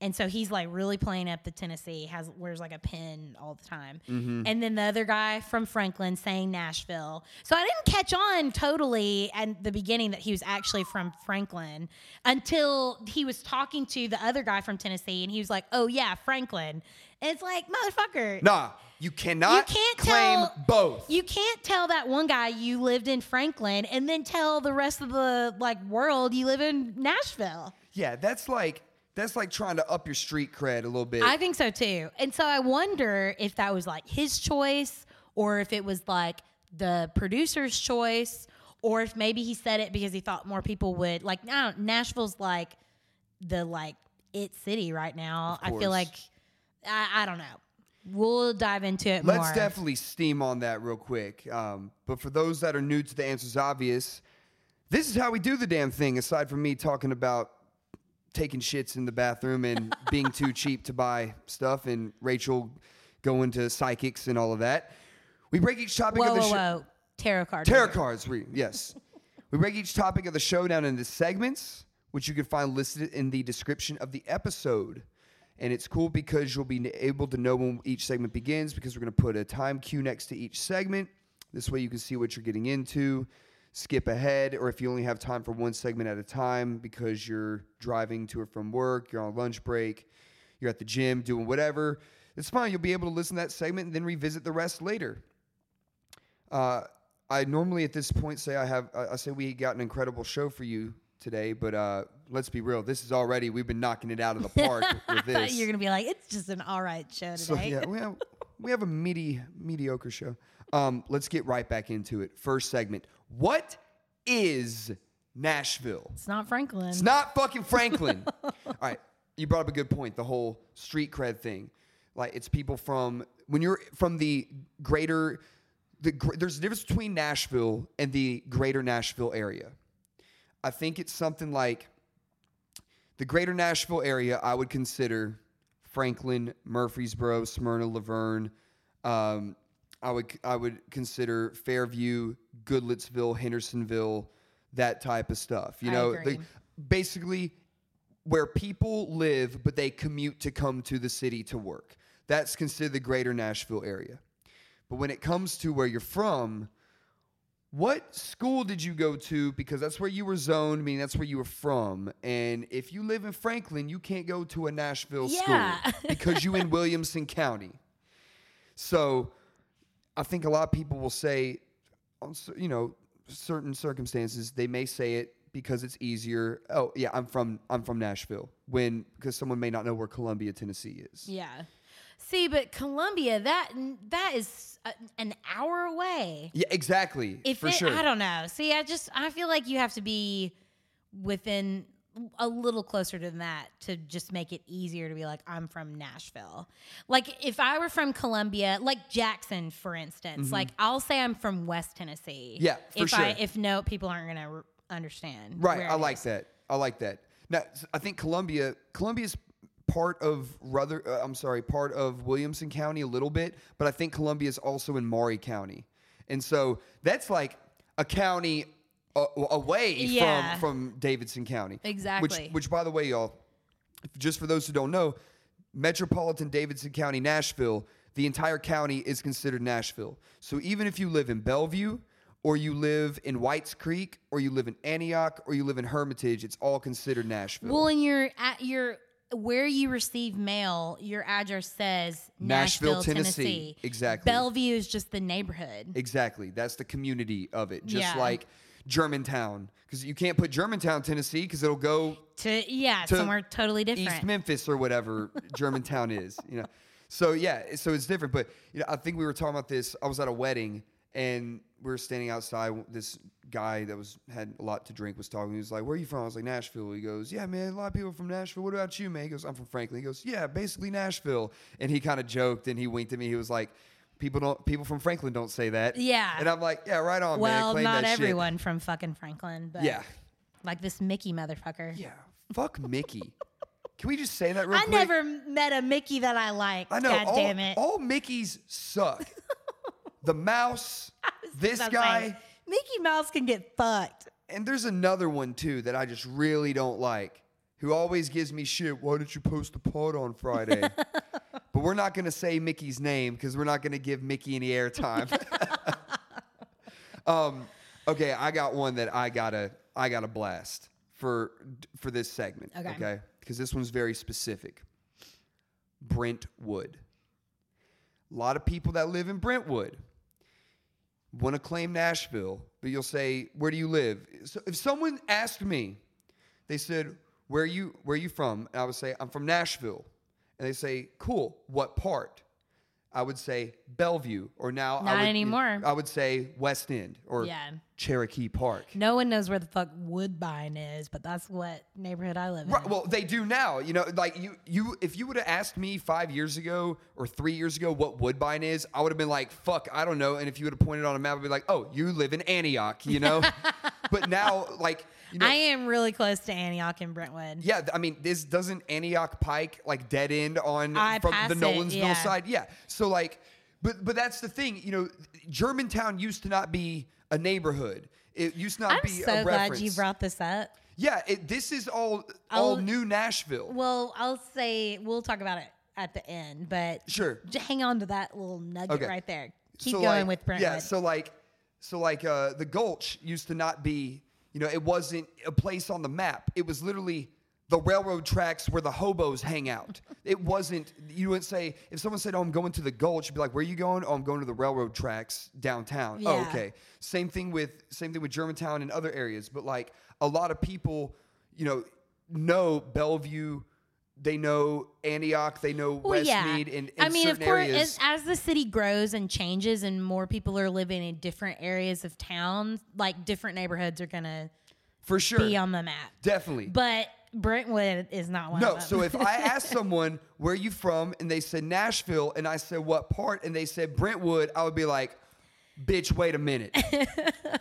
S2: and so he's like really playing up the Tennessee. Has wears like a pin all the time, and then the other guy from Franklin saying Nashville. So I didn't catch on totally at the beginning that he was actually from Franklin until he was talking to the other guy from Tennessee, and he was like, "Oh yeah, Franklin." And it's like, motherfucker,
S1: nah, you cannot.
S2: You can't
S1: claim
S2: tell-
S1: both.
S2: you can't tell that one guy you lived in Franklin and then tell the rest of the like world you live in Nashville.
S1: yeah, that's like that's like trying to up your street cred a little bit.
S2: I think so too. And so I wonder if that was like his choice or if it was like the producer's choice or if maybe he said it because he thought more people would like I don't- Nashville's like the like it city right now.
S1: Of
S2: I feel
S1: course.
S2: like I, I don't know. We'll dive into it
S1: Let's
S2: more.
S1: definitely steam on that real quick. Um, but for those that are new to the answers obvious, this is how we do the damn thing. Aside from me talking about taking shits in the bathroom and being too cheap to buy stuff, and Rachel going to psychics and all of that, we break each topic
S2: whoa,
S1: of the
S2: whoa,
S1: show.
S2: whoa. Tarot card.
S1: Tarot cards, re- yes. we break each topic of the show down into segments, which you can find listed in the description of the episode. And it's cool because you'll be able to know when each segment begins because we're going to put a time cue next to each segment. This way you can see what you're getting into, skip ahead, or if you only have time for one segment at a time because you're driving to or from work, you're on lunch break, you're at the gym doing whatever, it's fine. You'll be able to listen to that segment and then revisit the rest later. Uh, I normally at this point say I have I I say we got an incredible show for you today, but uh, let's be real. This is already we've been knocking it out of the park with this.
S2: You're gonna be like, it's just an all right show today.
S1: so yeah, we have we have a meaty mediocre show. Um, let's get right back into it. First segment. What is Nashville?
S2: It's not Franklin.
S1: It's not fucking Franklin. All right. You brought up a good point, the whole street cred thing. Like it's people from when you're from the greater the gr- there's a difference between Nashville and the greater Nashville area. I think it's something like The greater Nashville area, I would consider Franklin, Murfreesboro, Smyrna, Laverne. Um, I would I would consider Fairview, Goodlettsville, Hendersonville, that type of stuff. You
S2: I
S1: know,
S2: agree.
S1: basically where people live, but they commute to come to the city to work. That's considered the greater Nashville area. But when it comes to where you're from, what school did you go to? Because that's where you were zoned, meaning that's where you were from. And if you live in Franklin, you can't go to a Nashville
S2: Yeah.
S1: school because you in Williamson County. So I think a lot of people will say, on cer- you know, certain circumstances, they may say it because it's easier. Oh yeah, I'm from I'm from Nashville. When because someone may not know where Columbia, Tennessee is.
S2: Yeah. See, but Columbia, that that is a, an hour away.
S1: Yeah, exactly.
S2: If
S1: for
S2: it,
S1: sure.
S2: I don't know. See, I just I feel like you have to be within a little closer than that to just make it easier to be like I'm from Nashville. Like if I were from Columbia, like Jackson for instance, like I'll say I'm from West Tennessee.
S1: Mm-hmm. Yeah, for
S2: if I
S1: sure.
S2: if no people aren't going to r understand.
S1: Right.
S2: where
S1: I
S2: it
S1: like
S2: is.
S1: that. I like that. Now, s- I think Columbia, Columbia's part of Ruther. Uh, I'm sorry, part of Williamson County a little bit, but I think Columbia is also in Maury County, and so that's like a county uh, away
S2: Yeah.
S1: from from Davidson County.
S2: Exactly.
S1: Which, which, by the way, y'all, just for those who don't know, metropolitan Davidson County, Nashville, the entire county is considered Nashville. So even if you live in Bellevue, or you live in Whites Creek, or you live in Antioch, or you live in Hermitage, it's all considered Nashville.
S2: Well, and your at your where you receive mail, your address says
S1: Nashville,
S2: Nashville,
S1: Tennessee.
S2: Tennessee.
S1: Exactly.
S2: Bellevue is just the neighborhood.
S1: exactly. That's the community of it. Just
S2: Yeah.
S1: like Germantown. Because you can't put Germantown, Tennessee, because it'll go
S2: To yeah,
S1: To
S2: somewhere totally different.
S1: East Memphis or whatever Germantown is, you know. So yeah, so it's different. But you know, I think we were talking about this. I was at a wedding and we were standing outside. This guy that was had a lot to drink was talking. He was like, "Where are you from?" I was like, "Nashville." He goes, "Yeah, man. A lot of people from Nashville. What about you, man?" He goes, "I'm from Franklin." He goes, "Yeah, basically Nashville." And he kind of joked and he winked at me. He was like. People don't. People from Franklin don't say that.
S2: Yeah.
S1: And I'm like, yeah, right on, man.
S2: well,
S1: Claim
S2: not
S1: that shit."
S2: everyone from fucking Franklin, but
S1: Yeah.
S2: like this Mickey motherfucker.
S1: Yeah. Fuck Mickey. Can we just say that real
S2: I
S1: quick?
S2: never met a Mickey that I liked.
S1: I know.
S2: God
S1: all,
S2: damn it.
S1: All Mickey's suck. the mouse, this
S2: That's what I'm
S1: guy,
S2: saying. Mickey Mouse can get fucked.
S1: and there's another one too that I just really don't like. Who always gives me shit? Why didn't you post the pod on Friday? but we're not gonna say Mickey's name because we're not gonna give Mickey any airtime. um, okay, I got one that I gotta I gotta blast for for this segment.
S2: Okay.
S1: okay? because this one's very specific. Brentwood. A lot of people that live in Brentwood want to claim Nashville, but you'll say, "Where do you live?" So if someone asked me, they said, "Where are you where are you from?" and I would say, "I'm from Nashville." And they say, "Cool, what part?" I would say Bellevue, or now I
S2: Not
S1: would,
S2: anymore.
S1: I would say West End or
S2: Yeah.
S1: Cherokee Park.
S2: No one knows where the fuck Woodbine is, but that's what neighborhood I live in.
S1: Right, well, they do now. You know, like you, you. If you would have asked me five years ago or three years ago what Woodbine is, I would have been like, "Fuck, I don't know." And if you would have pointed on a map, I'd be like, "Oh, you live in Antioch," you know. but now, like, you know,
S2: I am really close to Antioch and Brentwood.
S1: yeah, th- I mean, this doesn't Antioch Pike like dead end on
S2: I
S1: from
S2: pass
S1: the
S2: it,
S1: Nolansville
S2: yeah.
S1: side. Yeah. So like, but but that's the thing. You know, Germantown used to not be a neighborhood. It used to not
S2: I'm
S1: be
S2: so
S1: a
S2: glad
S1: reference.
S2: you brought this up.
S1: yeah, it, this is all all
S2: I'll-
S1: new Nashville.
S2: Well, I'll say we'll talk about it at the end, but
S1: Sure.
S2: j- hang on to that little nugget
S1: Okay.
S2: right there. Keep
S1: So,
S2: going
S1: like-
S2: with Brentwood.
S1: Yeah, so like, so like uh, the Gulch used to not be, you know, it wasn't a place on the map. It was literally the railroad tracks where the hobos hang out. it wasn't. You wouldn't say if someone said, "Oh, I'm going to the Gulch," you'd be like, "Where are you going?" "Oh, I'm going to the railroad tracks downtown." Oh,
S2: Yeah.
S1: okay. Same thing with same thing with Germantown and other areas. But like a lot of people, you know, know Bellevue. They know Antioch. They know
S2: well, yeah.
S1: Westmead. And, and
S2: I mean, of
S1: certain
S2: course,
S1: areas.
S2: as, as the city grows and changes, and more people are living in different areas of town, like different neighborhoods are gonna
S1: for sure.
S2: be on the map.
S1: Definitely.
S2: But Brentwood is not one.
S1: No,
S2: of them.
S1: so if I asked someone where are you from and they said Nashville and I said what part and they said Brentwood, I would be like, bitch, wait a minute.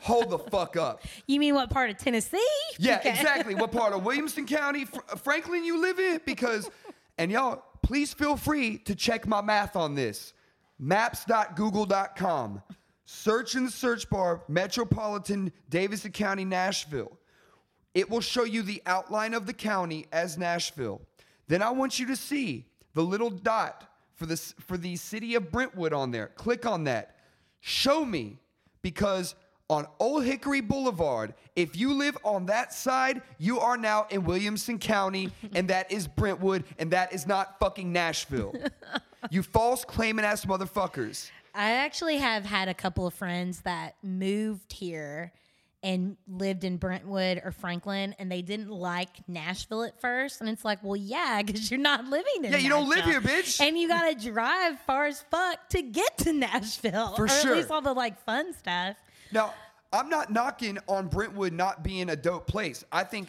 S1: Hold the fuck up.
S2: You mean what part of Tennessee?
S1: Yeah,
S2: Okay.
S1: exactly. What part of Williamson County, Fr- uh, Franklin, you live in? Because, and y'all, please feel free to check my math on this. Maps.google.com. Search in the search bar Metropolitan Davidson County, Nashville. It will show you the outline of the county as Nashville. Then I want you to see the little dot for this for the city of Brentwood on there. Click on that. Show me because on Old Hickory Boulevard, if you live on that side, you are now in Williamson County and that is Brentwood and that is not fucking Nashville. you false claiming ass motherfuckers.
S2: I actually have had a couple of friends that moved here and lived in Brentwood or Franklin, and they didn't like Nashville at first. And it's like, well, yeah, because you're not living in
S1: Yeah, you don't live
S2: Nashville.
S1: here, bitch.
S2: And you got to drive far as fuck to get to Nashville.
S1: For
S2: or
S1: sure.
S2: At least all the like fun stuff.
S1: Now, I'm not knocking on Brentwood not being a dope place. I think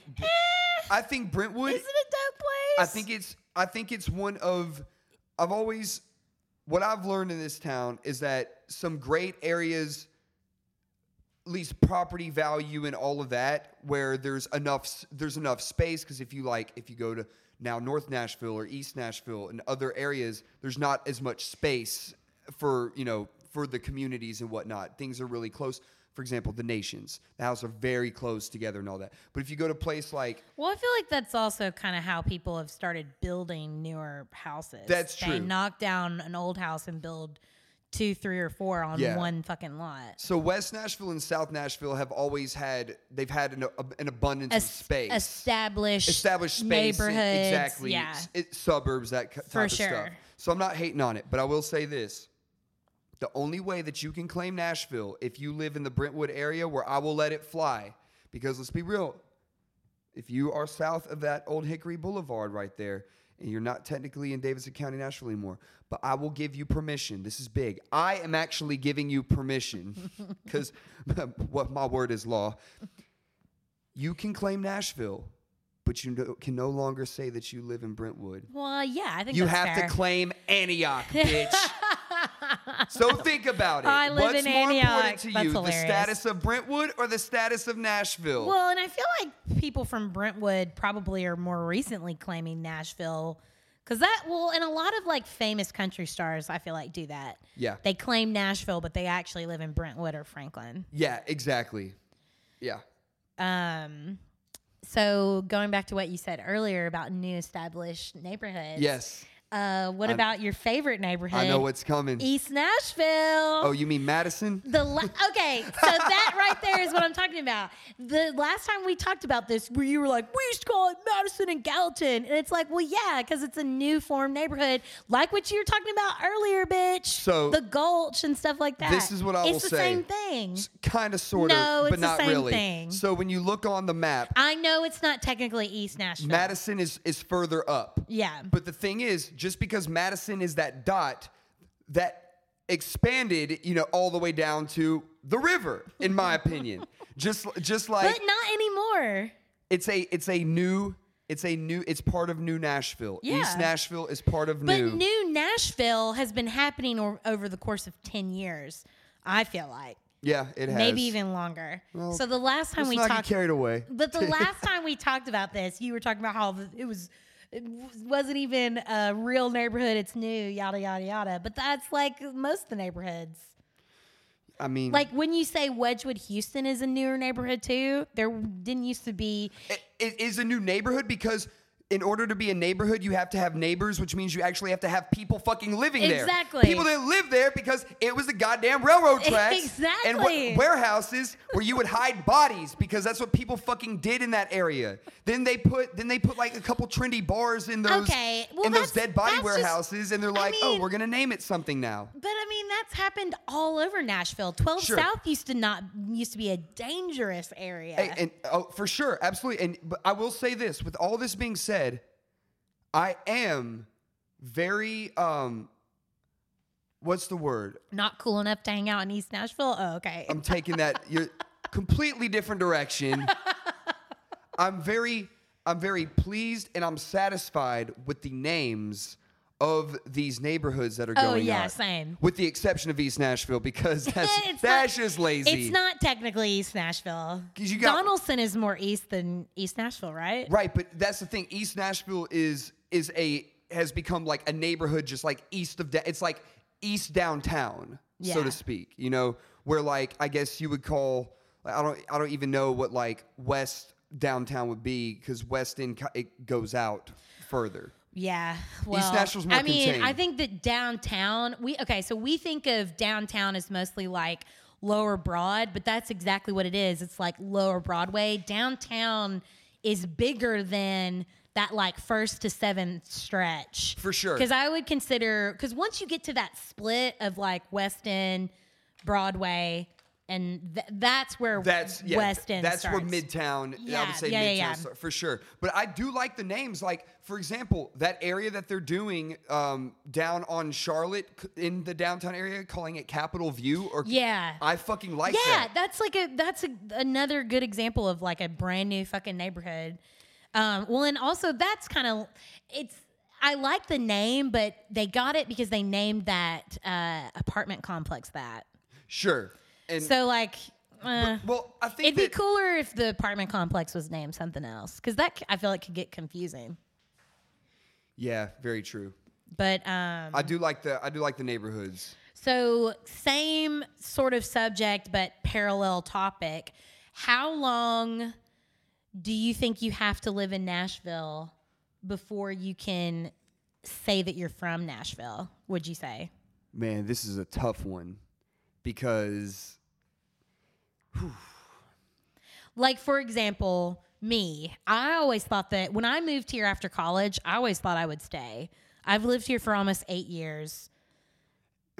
S1: I think Brentwood
S2: Is it a dope place?
S1: I think it's I think it's one of I've always what I've learned in this town is that some great areas at least property value and all of that where there's enough s- there's enough space because if you like if you go to now North Nashville or East Nashville and other areas there's not as much space for you know for the communities and whatnot things are really close for example the nations the house are very close together and all that but if you go to a place like
S2: Well, I feel like that's also kind of how people have started building newer houses.
S1: That's
S2: they
S1: true.
S2: knock down an old house and build two, three, or four on
S1: Yeah.
S2: one fucking lot.
S1: So West Nashville and South Nashville have always had they've had an, an abundance of
S2: Es-
S1: space,
S2: Established,
S1: established space, and-
S2: neighborhoods.
S1: exactly,
S2: Yeah.
S1: s- it- suburbs, that ki- type
S2: For
S1: of stuff.
S2: sure.
S1: So I'm not hating on it, but I will say this: the only way that you can claim Nashville if you live in the Brentwood area, where I will let it fly, because let's be real, if you are south of that old Hickory Boulevard right there, and you're not technically in Davidson County, Nashville anymore, but I will give you permission. This is big. I am actually giving you permission because what my word is law. You can claim Nashville, but you no, can no longer say that you live in Brentwood.
S2: Well, yeah, I think
S1: You
S2: that's
S1: have
S2: fair.
S1: to claim Antioch, bitch. so think about it.
S2: I live
S1: What's
S2: in
S1: more important
S2: Antioch.
S1: to
S2: That's
S1: you,
S2: hilarious.
S1: the status of Brentwood or the status of Nashville?
S2: Well, and I feel like people from Brentwood probably are more recently claiming Nashville because that well, and a lot of like famous country stars, I feel like do that.
S1: yeah.
S2: They claim Nashville, but they actually live in Brentwood or Franklin.
S1: Yeah, exactly. Yeah.
S2: Um, so going back to what you said earlier about new established neighborhoods.
S1: Yes.
S2: Uh, what
S1: I'm-
S2: about your favorite neighborhood?
S1: I know what's coming.
S2: East Nashville.
S1: oh, you mean Madison?
S2: The la- okay, so that right there is what I'm talking about. The last time we talked about this, where you were like, we used to call it Madison and Gallatin, and it's like, well, yeah, because it's a new form neighborhood, like what you were talking about earlier, bitch.
S1: So-
S2: the Gulch and stuff like that.
S1: This is what I
S2: it's
S1: will say.
S2: the Same thing.
S1: Kind of, sort of,
S2: No, it's
S1: but
S2: the
S1: not
S2: same
S1: really.
S2: thing.
S1: So when you look on the map,
S2: I know it's not technically East Nashville.
S1: Madison is is further up.
S2: yeah,
S1: But the thing is, just because Madison is that dot, that expanded, you know, all the way down to the river, in my opinion. just just like
S2: but not anymore.
S1: it's a it's a new it's a new it's part of New Nashville.
S2: Yeah.
S1: East Nashville is part of
S2: But
S1: New.
S2: new Nashville has been happening or, over the course of 10 years, I feel like.
S1: yeah, it has.
S2: Maybe even longer. so the last time
S1: Let's
S2: we
S1: not get
S2: talked
S1: carried away.
S2: But the last time we talked about this, you were talking about how the- it was it wasn't even a real neighborhood, it's new, yada yada yada. But that's like most of the neighborhoods.
S1: I mean,
S2: Like when you say Wedgewood, Houston is a newer neighborhood too. There didn't used to be
S1: it, it is a new neighborhood because in order to be a neighborhood, you have to have neighbors, which means you actually have to have people fucking living there.
S2: Exactly.
S1: People didn't live there because it was the goddamn railroad tracks and wa-
S2: Exactly.
S1: warehouses where you would hide bodies because that's what people fucking did in that area. Then they put then they put like a couple trendy bars in those
S2: Okay, well,
S1: in those
S2: that's-
S1: dead body
S2: that's just-
S1: warehouses, and they're like, oh,
S2: mean-
S1: we're gonna name it something now.
S2: But I mean, that's happened all over Nashville. Twelve
S1: Sure.
S2: South used to not used to be a dangerous area.
S1: Hey, and oh, for sure, absolutely. And but I will say this: with all this being said, I am very um, what's the word?
S2: not cool enough to hang out in East Nashville. Oh, okay.
S1: I'm taking that you're completely different direction. I'm very, I'm very pleased and I'm satisfied with the names of these neighborhoods that are
S2: Oh,
S1: going
S2: yeah,
S1: on,
S2: same.
S1: with the exception of East Nashville because that's
S2: It's
S1: that's
S2: not-
S1: just lazy.
S2: It's not technically East Nashville.
S1: 'Cause you got-
S2: Donaldson is more east than East Nashville, right?
S1: Right, but that's the thing. East Nashville is is a has become like a neighborhood just like east of da- it's like east downtown, so
S2: Yeah.
S1: to speak. You know, where like I guess you would call I don't I don't even know what like west downtown would be cuz west end ki- it goes out further.
S2: Yeah. Well,
S1: Nashville's more
S2: I mean, I
S1: contained.
S2: think that downtown, we okay, so we think of downtown as mostly like lower broad, but that's exactly what it is. It's like lower Broadway. Downtown is bigger than that like first to seventh stretch.
S1: For sure.
S2: Cuz I would consider cuz once you get to that split of like West End, Broadway, and th- that's where
S1: That's yeah,
S2: West End
S1: That's
S2: starts.
S1: where Midtown. I
S2: Yeah,
S1: would say
S2: yeah,
S1: Midtown
S2: yeah, yeah.
S1: start- for sure. But I do like the names. Like for example, that area that they're doing um, down on Charlotte c- in the downtown area, calling it Capitol View. Or
S2: Yeah.
S1: I fucking like
S2: yeah,
S1: that.
S2: that's like a that's a, another good example of like a brand new fucking neighborhood. Um, well, and also that's kind of it's. I like the name, but they got it because they named that uh, apartment complex that.
S1: Sure. And
S2: So like, uh,
S1: well, I think
S2: it'd be
S1: that-
S2: cooler if the apartment complex was named something else because that c- I feel like could get confusing.
S1: Yeah, very true.
S2: But um,
S1: I do like the I do like the neighborhoods.
S2: So, same sort of subject, but parallel topic. How long do you think you have to live in Nashville before you can say that you're from Nashville? Would you say?
S1: Man, this is a tough one because
S2: Like, for example, me, I always thought that when I moved here after college, I always thought I would stay. I've lived here for almost eight years.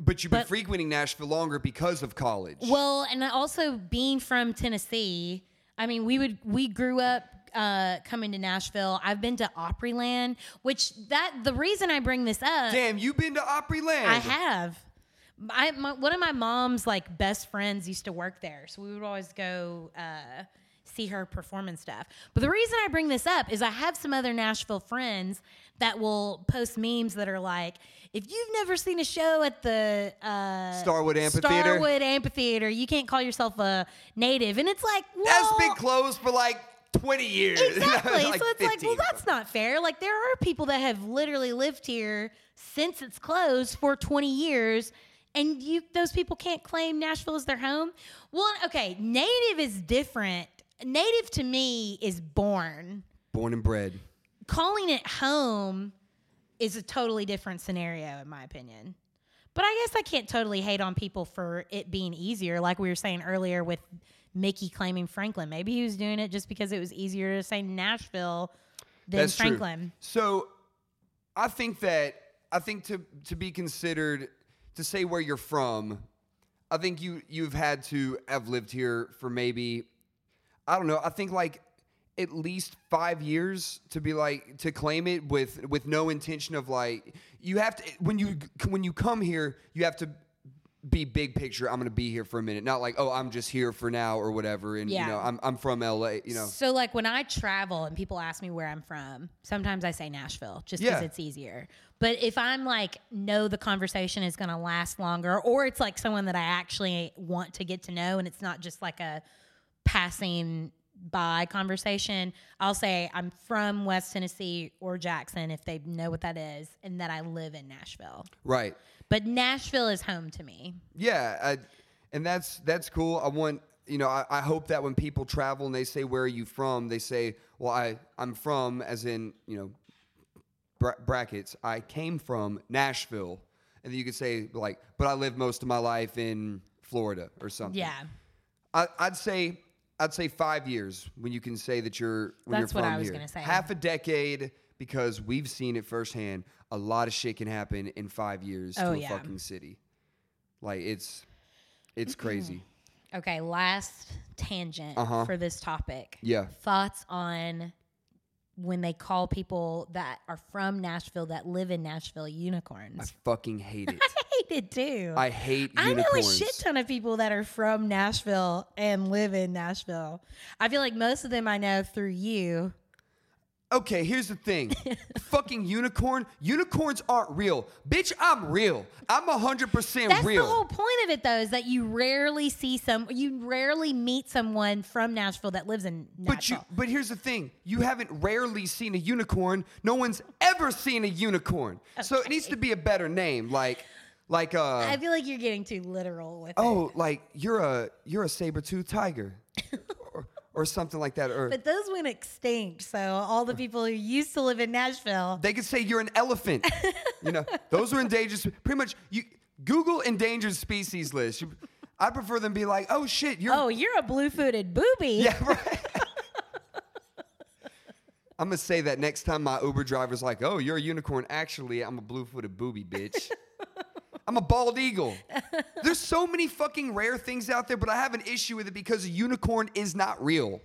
S1: but you've been
S2: But-
S1: frequenting Nashville longer because of college.
S2: Well, and I also being from Tennessee, I mean, we would we grew up uh, coming to Nashville. I've been to Opryland, which that the reason I bring this up,
S1: Damn, you've been to Opryland.
S2: I have. I my, one of my mom's like best friends used to work there, so we would always go uh, see her perform and stuff. But the reason I bring this up is I have some other Nashville friends that will post memes that are like, "If you've never seen a show at the uh,
S1: Starwood Amphitheater.
S2: Starwood Amphitheater, you can't call yourself a native," and it's like, well,
S1: That's been closed for like 20 years.
S2: Exactly. so it's like,
S1: 15.
S2: well, that's not fair. Like, there are people that have literally lived here since it's closed for 20 years, and you those people can't claim Nashville as their home. Well, okay, native is different. Native to me is born.
S1: born and bred.
S2: Calling it home is a totally different scenario, in my opinion. But I guess I can't totally hate on people for it being easier, like we were saying earlier with Mickey claiming Franklin. Maybe he was doing it just because it was easier to say Nashville than
S1: That's true.
S2: Franklin.
S1: So I think that I think to to be considered to say where you're from, I think you you've had to have lived here for maybe I don't know, I think like at least 5 years to be like to claim it with with no intention of like you have to when you when you come here, you have to be big picture. I'm going to be here for a minute. Not like, oh, I'm just here for now or whatever and you
S2: Yeah.
S1: know, I'm I'm from LA, you know.
S2: So, like when I travel and people ask me where I'm from, sometimes I say Nashville just because
S1: Yeah.
S2: it's easier. But if I'm like, no, the conversation is going to last longer, or it's like someone that I actually want to get to know and it's not just like a passing by conversation, I'll say I'm from West Tennessee or Jackson if they know what that is and that I live in Nashville.
S1: Right.
S2: But Nashville is home to me.
S1: Yeah, I, and that's that's cool. I want you know I, I hope that when people travel and they say where are you from, they say well I I'm from as in you know bra- brackets I came from Nashville, and then you could say like but I lived most of my life in Florida or something.
S2: Yeah.
S1: I, I'd say I'd say five years when you can say that you're when
S2: That's
S1: you're
S2: what
S1: from
S2: I was
S1: here.
S2: gonna say.
S1: Half a decade because we've seen it firsthand. A lot of shit can happen in five years
S2: Oh,
S1: to a
S2: yeah.
S1: fucking city. Like it's it's crazy.
S2: Okay, last tangent
S1: Uh-huh.
S2: for this topic.
S1: Yeah.
S2: Thoughts on when they call people that are from Nashville that live in Nashville
S1: I
S2: unicorns?
S1: fucking hate it.
S2: I hate it too.
S1: I hate
S2: I know a
S1: unicorns.
S2: shit ton of people that are from Nashville and live in Nashville. I feel like most of them I know through you.
S1: Okay, here's the thing. Fucking unicorn. Unicorns aren't real. Bitch, I'm real. I'm 100%
S2: That's
S1: real.
S2: the whole point of it, though, is that you rarely see some, you rarely meet someone from Nashville that lives in Nashville.
S1: but you but here's the thing. You haven't rarely seen a unicorn. No one's ever seen a unicorn. So it needs to be a better name like like uh
S2: I feel like you're getting too literal with it.
S1: oh, like you're a you're a saber-toothed tiger or, or something like that or
S2: But those went extinct, so all the people who used to live in Nashville,
S1: They could say you're an elephant. you know, those are endangered. spe- Pretty much, you Google endangered species list. You- I prefer them be like, oh shit, you're.
S2: oh, you're a blue-footed booby.
S1: Yeah, right. I'm gonna say that next time my Uber driver's like, oh, you're a unicorn. Actually, I'm a blue-footed booby, bitch. I'm a bald eagle. There's so many fucking rare things out there, but I have an issue with it because a unicorn is not real.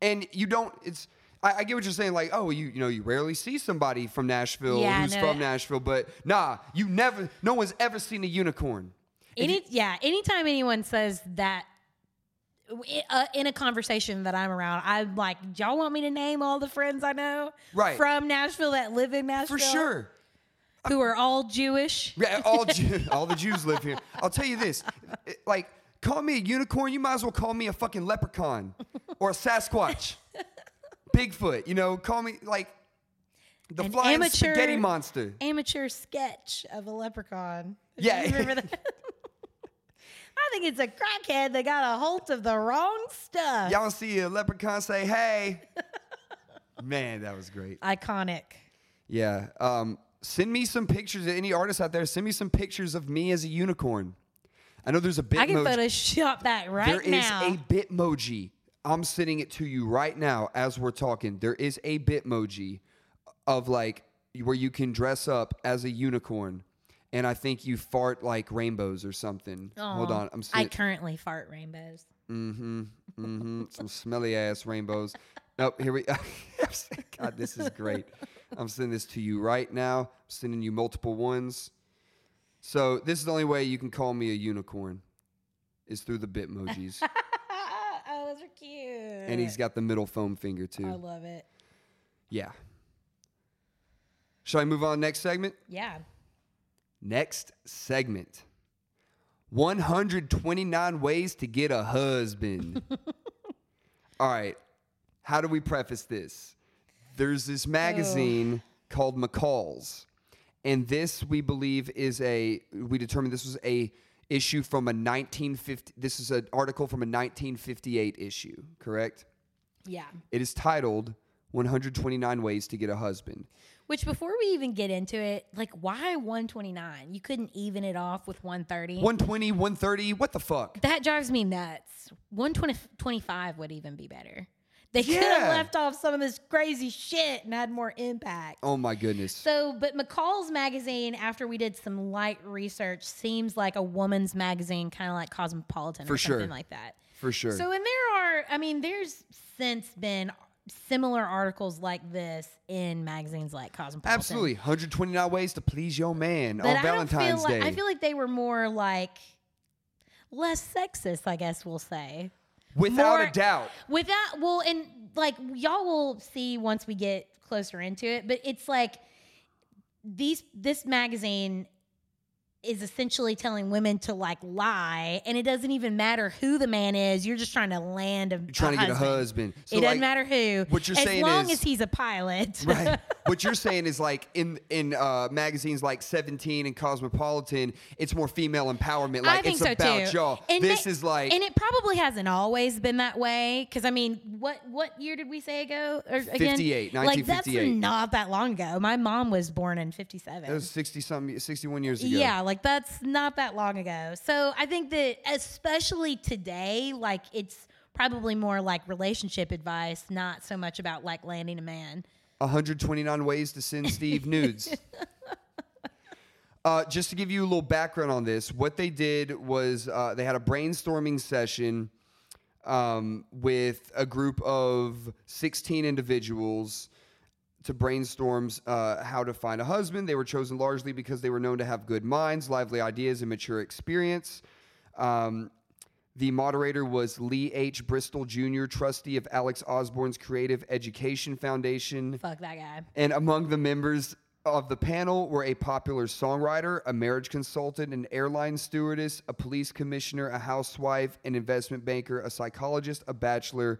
S1: And you don't it's I, I get what you're saying, like, oh, you you know, you rarely see somebody from Nashville
S2: Yeah,
S1: who's
S2: no,
S1: from
S2: yeah.
S1: Nashville, but nah, you never no one's ever seen a unicorn.
S2: Any, yeah. Anytime anyone says that w- i- uh, in a conversation that I'm around, I'm like, "Do y'all want me to name all the friends I know
S1: Right.
S2: from Nashville that live in Nashville
S1: For sure.
S2: who are all Jewish?
S1: Yeah, all Jew, all the Jews live here. I'll tell you this, it- like, call me a unicorn, you might as well call me a fucking leprechaun or a Sasquatch, Bigfoot. You know, call me like the
S2: An
S1: flying
S2: amateur-
S1: spaghetti monster.
S2: Amateur sketch of a leprechaun. Do
S1: Yeah.
S2: you remember that? I think it's a crackhead that got a hold of the wrong stuff.
S1: Y'all see a leprechaun say, "Hey." Man, that was great.
S2: Iconic.
S1: Yeah. Um, send me some pictures. Any artists out there, send me some pictures of me as a unicorn. I know there's a Bitmoji.
S2: I can Photoshop that
S1: There
S2: right
S1: is
S2: now.
S1: a Bitmoji. I'm sending it to you right now as we're talking. There is a Bitmoji of like where you can dress up as a unicorn, and I think you fart like rainbows or something. Hold
S2: Aw.
S1: on, I'm
S2: I
S1: sending.
S2: currently fart rainbows.
S1: Mm-hmm. Mm-hmm. Some smelly ass rainbows. Nope. Here we. God, this is great. I'm sending this to you right now. I'm sending you multiple ones. So this is the only way you can call me a unicorn, is through the Bitmojis,
S2: oh, those are cute.
S1: and he's got the middle foam finger
S2: Eh. I
S1: too.
S2: love it.
S1: Yeah. Shall I move on next segment?
S2: Yeah.
S1: Next segment. 129 ways to get a husband. All right. How do we preface this? There's this magazine called McCall's. And this we believe is a we determined this was a issue from a 1950 this is an article from a 1958 issue, correct?
S2: Yeah.
S1: It is titled 129 ways to get a husband.
S2: Which before we even get into it, like why 129? You couldn't even it off with 130.
S1: 120, 130, what the fuck?
S2: that drives me nuts. 125 would even be better. They could
S1: Yeah.
S2: have left off some of this crazy shit and had more impact.
S1: Oh my goodness.
S2: So, but McCall's magazine, after we did some light research, seems like a woman's magazine, kind of like Cosmopolitan
S1: For
S2: or
S1: sure.
S2: something like that.
S1: For sure.
S2: So, and there are, I mean, there's since been similar articles like this in magazines like Cosmopolitan.
S1: Absolutely, 129 ways to please your man
S2: But
S1: on
S2: I
S1: Valentine's
S2: don't feel
S1: Day.
S2: like, I feel like they were more like less sexist, I guess we'll say.
S1: Without
S2: more-
S1: a doubt,
S2: With that, well, and like y'all will see once we get closer into it, but it's like these this magazine is essentially telling women to like lie, and it doesn't even matter who the man is. You're just trying to land a
S1: you're trying to get a husband. So
S2: it
S1: like,
S2: doesn't matter who.
S1: what you're
S2: as
S1: saying
S2: long
S1: is-
S2: as he's a pilot.
S1: Right. what you're saying is like in in uh, magazines like Seventeen and Cosmopolitan, it's more female empowerment. Like
S2: I think
S1: it's
S2: so
S1: about
S2: too.
S1: y'all.
S2: And
S1: this
S2: they-
S1: is like
S2: and it probably hasn't always been that way. Because I mean, what what year did we say ago? Or again,
S1: 58,
S2: Like that's
S1: 1958.
S2: not that long ago. My mom was born in fifty seven.
S1: that was 60 something, 61 years ago.
S2: Yeah, like that's not that long ago. So I think that especially today, like it's probably more like relationship advice, not so much about like landing a man.
S1: 129 ways to send Steve nudes. Uh, just to give you a little background on this, what they did was uh, they had a brainstorming session um, with a group of 16 individuals to brainstorm uh, how to find a husband. They were chosen largely because they were known to have good minds, lively ideas, and mature experience. Um, The moderator was Lee H. Bristol Jr., trustee of Alex Osborne's Creative Education Foundation.
S2: Fuck that guy.
S1: And among the members of the panel were a popular songwriter, a marriage consultant, an airline stewardess, a police commissioner, a housewife, an investment banker, a psychologist, a bachelor,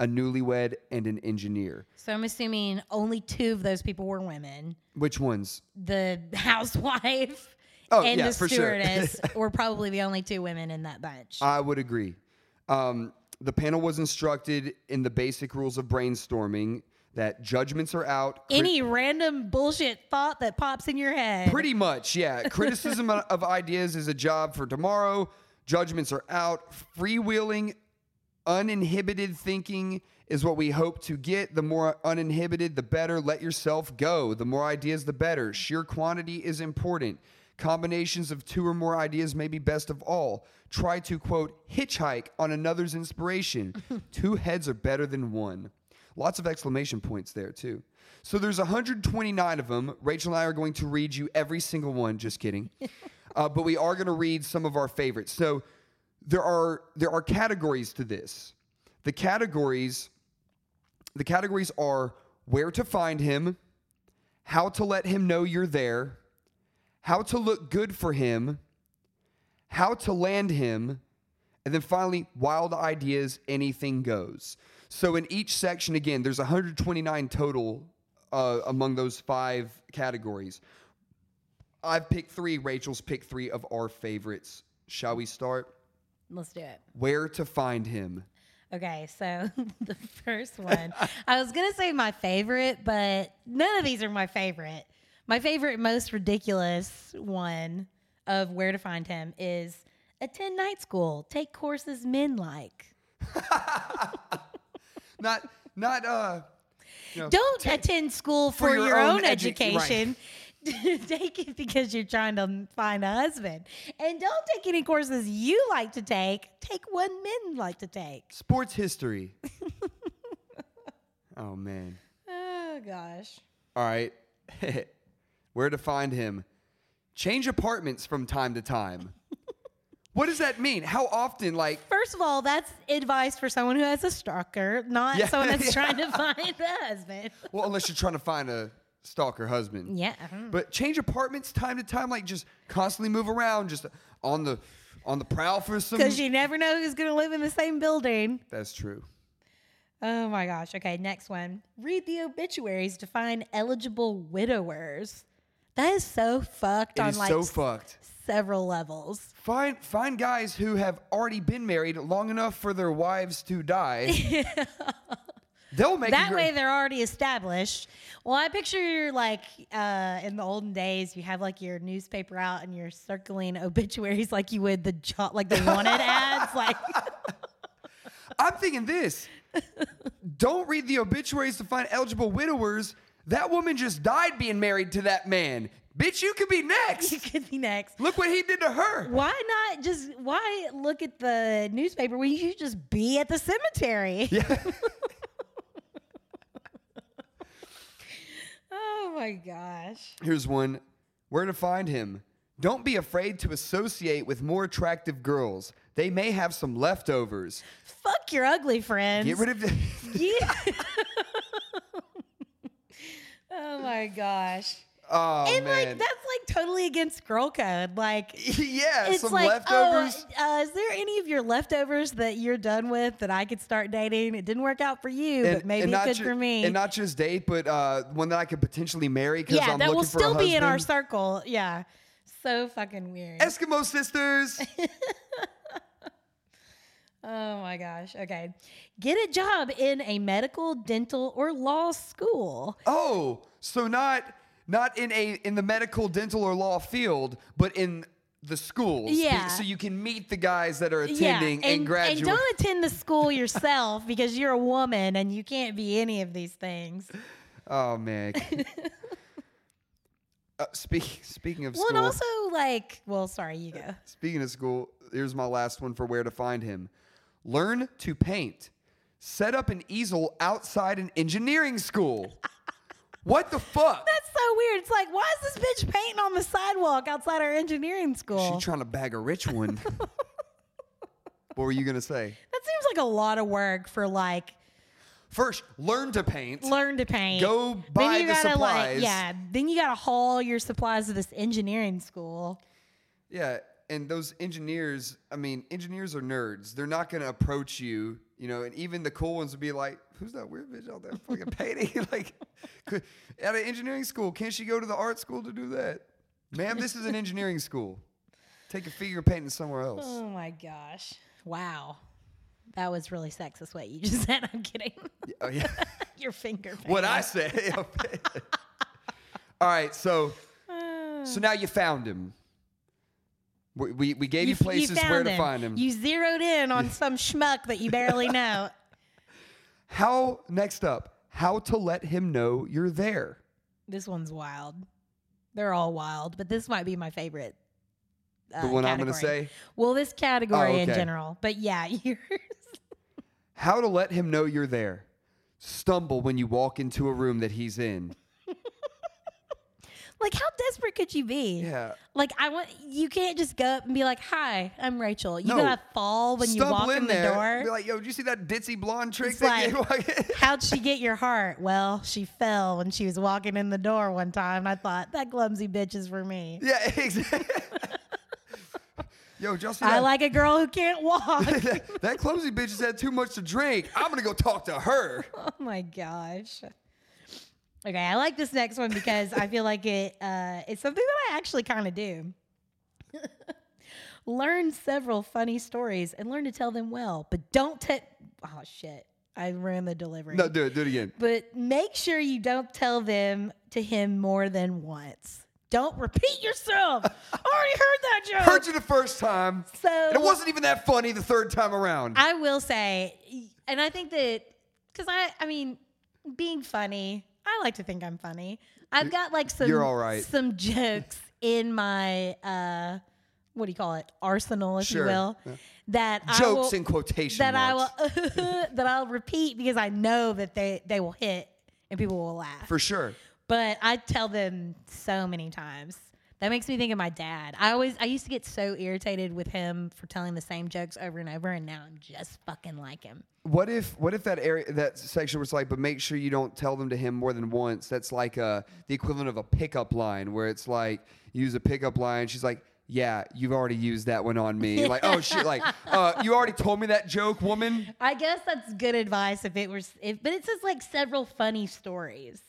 S1: a newlywed, and an engineer.
S2: So I'm assuming only two of those people were women.
S1: Which ones?
S2: The housewife
S1: Oh,
S2: and
S1: yeah,
S2: the
S1: for sure.
S2: stewardess were probably the only two women in that bunch.
S1: I would agree. Um, the panel was instructed in the basic rules of brainstorming that judgments are out. crit-
S2: Any random bullshit thought that pops in your head.
S1: Pretty much, yeah. Criticism o- of ideas is a job for tomorrow. Judgments are out. Freewheeling, uninhibited thinking is what we hope to get. The more uninhibited, the better. Let yourself go. The more ideas, the better. Sheer quantity is important. Combinations of two or more ideas may be best of all. Try to, quote, hitchhike on another's inspiration. two heads are better than one. Lots of exclamation points there too. So there's 129 of them. Rachel and I are going to read you every single one. Just kidding, uh, but we are going to read some of our favorites. So there are there are categories to this. The categories the categories are where to find him, how to let him know you're there, how to look good for him, how to land him, and then finally, wild ideas, anything goes. So in each section, again, there's 129 total uh, among those five categories. I've picked three. Rachel's picked three of our favorites. Shall we start?
S2: Let's do it.
S1: Where to find him?
S2: Okay, so the first one. I was going to say my favorite, but none of these are my favorite. My favorite, most ridiculous one of where to find him is attend night school, take courses men like.
S1: Not, not, uh, you know,
S2: Don't attend school for, your, own, education. take it because you're trying to find a husband. And don't take any courses you like to take. Take one men like to take.
S1: sports history. oh, man.
S2: Oh, gosh.
S1: All right. Where to find him? Change apartments from time to time. what does that mean? How often? Like,
S2: First of all, that's advice for someone who has a stalker, not
S1: Yeah.
S2: someone that's trying to find a husband.
S1: well, unless you're trying to find a stalker husband.
S2: Yeah. mm.
S1: But change apartments time to time, like just constantly move around, just on the on the prowl for some.
S2: Because you never know who's going to live in the same building.
S1: That's true.
S2: Oh my gosh. Okay, next one. Read the obituaries to find eligible widowers. That is so fucked
S1: It
S2: on
S1: is
S2: like
S1: so
S2: s-
S1: fucked.
S2: several levels.
S1: Find find guys who have already been married long enough for their wives to die. They'll make a
S2: That
S1: gr-
S2: way they're already established. Well, I picture like uh, in the olden days, you have like your newspaper out and you're circling obituaries like you would the jo- like the wanted ads. Like
S1: I'm thinking this. Don't read the obituaries to find eligible widowers. That woman just died being married to that man. Bitch, you could be next.
S2: you could be next.
S1: Look what he did to her.
S2: Why not just why look at the newspaper when you should just be at the cemetery?
S1: Yeah.
S2: Oh my gosh.
S1: Here's one. Where to find him? Don't be afraid to associate with more attractive girls. They may have some leftovers.
S2: Fuck your ugly friends.
S1: Get rid of the
S2: Yeah. oh my gosh.
S1: Oh
S2: and
S1: man.
S2: like that's like totally against girl code. Like
S1: yeah,
S2: it's
S1: some
S2: like,
S1: leftovers.
S2: oh, uh, is there any of your leftovers that you're done with that I could start dating? It didn't work out for you, but maybe
S1: not
S2: good
S1: ju-
S2: for me.
S1: And not just date, but uh, one that I could potentially marry because
S2: yeah,
S1: I'm
S2: that
S1: looking
S2: will
S1: for a
S2: still be in our
S1: husband.
S2: circle. Yeah, so fucking weird.
S1: Eskimo sisters.
S2: oh my gosh. Okay, get a job in a medical, dental, or law school.
S1: Oh, so not not in a in the medical, dental, or law field, but in the schools. Be-
S2: Yeah.
S1: So you can meet the guys that are attending and, graduate.
S2: And don't attend the school yourself because you're a woman and you can't be any of these things.
S1: oh man. uh, speak, speaking of
S2: Well,
S1: school,
S2: and also like, well, sorry, you go.
S1: speaking of school, here's my last one for where to find him. Learn to paint. Set up an easel outside an engineering school. what the fuck?
S2: That's so weird. It's like, why is this bitch painting on the sidewalk outside our engineering
S1: She
S2: school?
S1: trying to bag a rich one. What were you gonna say?
S2: That seems like a lot of work for like
S1: First, learn to paint.
S2: learn to paint.
S1: Go buy the supplies.
S2: Like, yeah. Then you gotta haul your supplies to this engineering school.
S1: Yeah, and those engineers, I mean, engineers are nerds. They're not going to approach you, you know, and even the cool ones would be like, who's that weird bitch out there fucking painting? like, could, at an engineering school, can't she go to the art school to do that? Ma'am, this is an engineering school. Take a figure painting somewhere else.
S2: Oh my gosh. Wow. That was really sexist what you just said. I'm kidding.
S1: Oh, yeah.
S2: your finger.
S1: what
S2: painting.
S1: I say. All right, so so now you found him. We, we, we gave you,
S2: f-
S1: places where
S2: found
S1: to find him.
S2: You zeroed in on some schmuck that you barely know.
S1: How next up? How to let him know you're there?
S2: This one's wild. They're all wild, but this might be my favorite. uh,
S1: The one I'm gonna
S2: category.
S1: say?
S2: Well, this category
S1: Oh,
S2: in
S1: okay.
S2: general, but yeah, yours.
S1: How to let him know you're there? Stumble when you walk into a room that he's in.
S2: Like, how desperate could you be?
S1: Yeah.
S2: Like, I want you can't just go up and be like, "Hi, I'm Rachel." You
S1: No.
S2: gotta fall when you walk in, the door.
S1: Be like, yo, did you see that ditzy blonde trick
S2: It's
S1: that
S2: like-
S1: gave
S2: How'd she get your heart? Well, she fell when she was walking in the door one time. And I thought that clumsy bitch is for me.
S1: Yeah, exactly. yo, Justin.
S2: I like a girl who can't walk.
S1: that, that clumsy bitch has had too much to drink. I'm gonna go talk to her.
S2: Oh my gosh. Okay, I like this next one because I feel like it uh, it's something that I actually kind of do. learn several funny stories and learn to tell them well, but don't tell. Oh shit, I ruined the delivery.
S1: No, do it, do it again.
S2: but make sure you don't tell them to him more than once. Don't repeat yourself. I already heard that joke.
S1: Heard you the first time.
S2: so
S1: And it wasn't even that funny the third time around.
S2: I will say, and I think that because I, I mean, being funny, I like to think I'm funny. I've got like some,
S1: You're all right.
S2: some jokes in my, uh, what do you call it, arsenal, if
S1: Sure.
S2: you will,
S1: Yeah.
S2: that I will,
S1: Jokes in quotation
S2: that I
S1: marks.
S2: will, that I'll repeat because I know that they they will hit and people will laugh.
S1: For sure.
S2: But I tell them so many times. That makes me think of my dad. I always I used to get so irritated with him for telling the same jokes over and over and now I'm just fucking like him.
S1: What if what if that area that section was like, but make sure you don't tell them to him more than once. That's like uh the equivalent of a pickup line where it's like you use a pickup line. She's like, yeah, you've already used that one on me. like, oh shit, like uh, you already told me that joke, woman.
S2: I guess that's good advice if it were if but it says like several funny stories.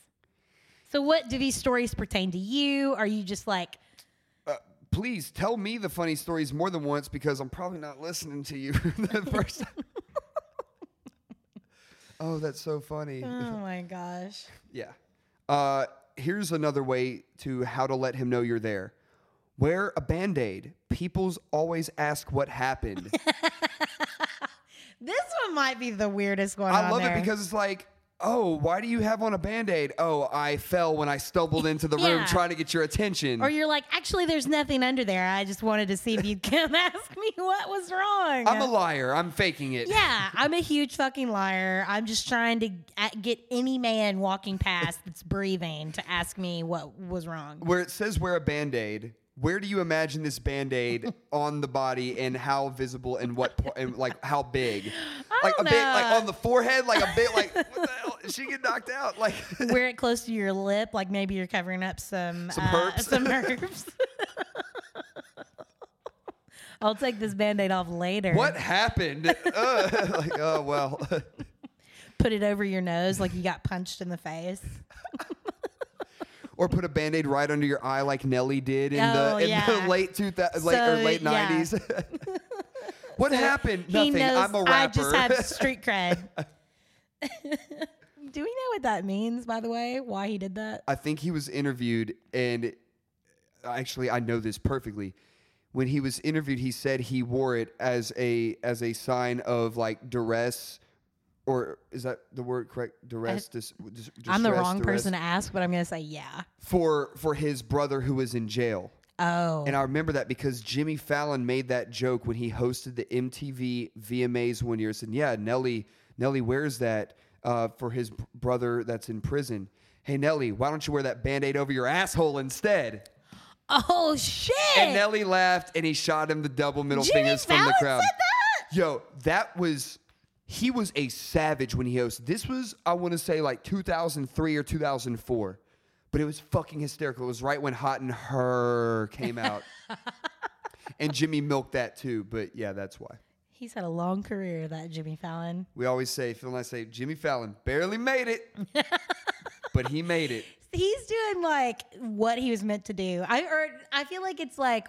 S2: So what do these stories pertain to you? Are you just like
S1: Please tell me the funny stories more than once because I'm probably not listening to you the first time. oh, that's so funny.
S2: Oh my gosh.
S1: Yeah. Uh, here's another way to how to let him know you're there. Wear a band aid. People's always ask what happened.
S2: This one might be the weirdest one.
S1: I
S2: on
S1: love
S2: there.
S1: it because it's like, oh, why do you have on a band aid? Oh, I fell when I stumbled into the room
S2: Yeah.
S1: trying to get your attention.
S2: or you're like, actually, there's nothing under there. I just wanted to see if you'd come ask me what was wrong.
S1: I'm a liar. I'm faking it.
S2: Yeah, I'm a huge fucking liar. I'm just trying to a- get any man walking past that's breathing to ask me what was wrong.
S1: Where it says wear a band aid, where do you imagine this band aid on the body and how visible and what, par- and like how big? like a
S2: don't
S1: bit, like
S2: know.
S1: on the forehead, like a bit, like, what the hell? She get knocked out. Like,
S2: Wear it close to your lip, like maybe you're covering up some
S1: Some
S2: uh,
S1: herpes.
S2: Some herpes. I'll take this band-aid off later.
S1: What happened? uh, like, oh well.
S2: Put it over your nose like you got punched in the face.
S1: or put a band-aid right under your eye like Nelly did in
S2: Oh,
S1: the in
S2: yeah.
S1: the late two thousand late or
S2: So,
S1: late
S2: yeah.
S1: nineties. what happened?
S2: He
S1: Nothing.
S2: knows
S1: I'm a
S2: I
S1: rapper.
S2: just have street cred. Do we know what that means, by the way? Why he did that?
S1: I think he was interviewed, and actually, I know this perfectly. When he was interviewed, he said he wore it as a as a sign of like duress, or is that the word correct? Duress. dis, dis,
S2: I'm the
S1: distress,
S2: wrong
S1: duress,
S2: person to ask, but I'm gonna say yeah.
S1: for for his brother who was in jail.
S2: Oh,
S1: And I remember that because Jimmy Fallon made that joke when he hosted the MTV VMAs one year. He Said, "Yeah, Nelly, Nelly wears that uh, for his b- brother that's in prison. Hey, Nelly, why don't you wear that Band-Aid over your asshole instead?"
S2: oh shit!
S1: And Nelly laughed, and he shot him the double middle
S2: Jimmy
S1: fingers from
S2: Fallon
S1: the crowd.
S2: said that.
S1: Yo, that was he was a savage when he hosted. This was I want to say like 2003 or 2004. But it was fucking hysterical. It was right when Hot and Her came out. and Jimmy milked that too, but yeah, that's why.
S2: He's had a long career, that Jimmy Fallon.
S1: We always say, Phil and I say, Jimmy Fallon barely made it, but he made it.
S2: He's doing like what he was meant to do. I or I feel like it's like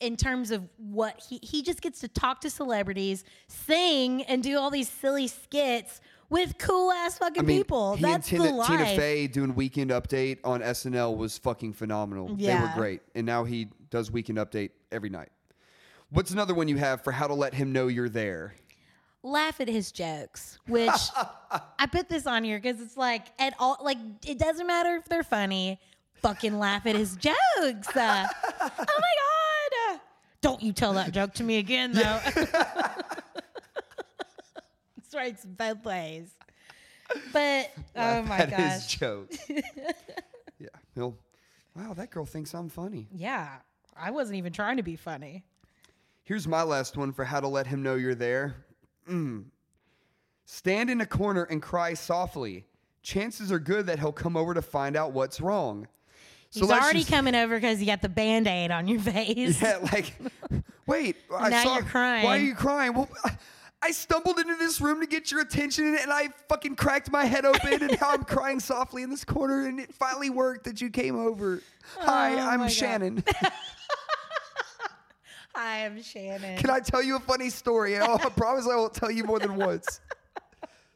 S2: in terms of what he he just gets to talk to celebrities, sing, and do all these silly skits with cool ass fucking
S1: I mean,
S2: people.
S1: he
S2: That's
S1: and
S2: the
S1: Tina,
S2: life.
S1: Tina Fey doing Weekend Update on SNL was fucking phenomenal. They were
S2: Yeah.
S1: great, and now he does Weekend Update every night. What's another one you have for how to let him know you're there?
S2: laugh at his jokes, which I put this on here because it's like at all like it doesn't matter if they're funny. Fucking laugh at his jokes. Uh, oh my god! Don't you tell that joke to me again, though. Strikes both ways. But oh my
S1: Uh, That is
S2: gosh,
S1: jokes. yeah. Well, wow, that girl thinks I'm funny.
S2: yeah, I wasn't even trying to be funny.
S1: Here's my last one for how to let him know you're there. Mm. Stand in a corner and cry softly. Chances are good that he'll come over to find out what's wrong. So
S2: He's
S1: let's
S2: already
S1: just-
S2: coming over because you got the band aid on your face.
S1: Yeah, like, wait, I
S2: Now
S1: saw.
S2: you're crying.
S1: Why are you crying? Well, I- I stumbled into this room to get your attention, and I fucking cracked my head open, and now I'm crying softly in this corner, and it finally worked that you came over. Hi,
S2: Oh my
S1: I'm
S2: God.
S1: Shannon.
S2: Hi, I'm Shannon.
S1: Can I tell you a funny story? And I'll- I promise I won't tell you more than once.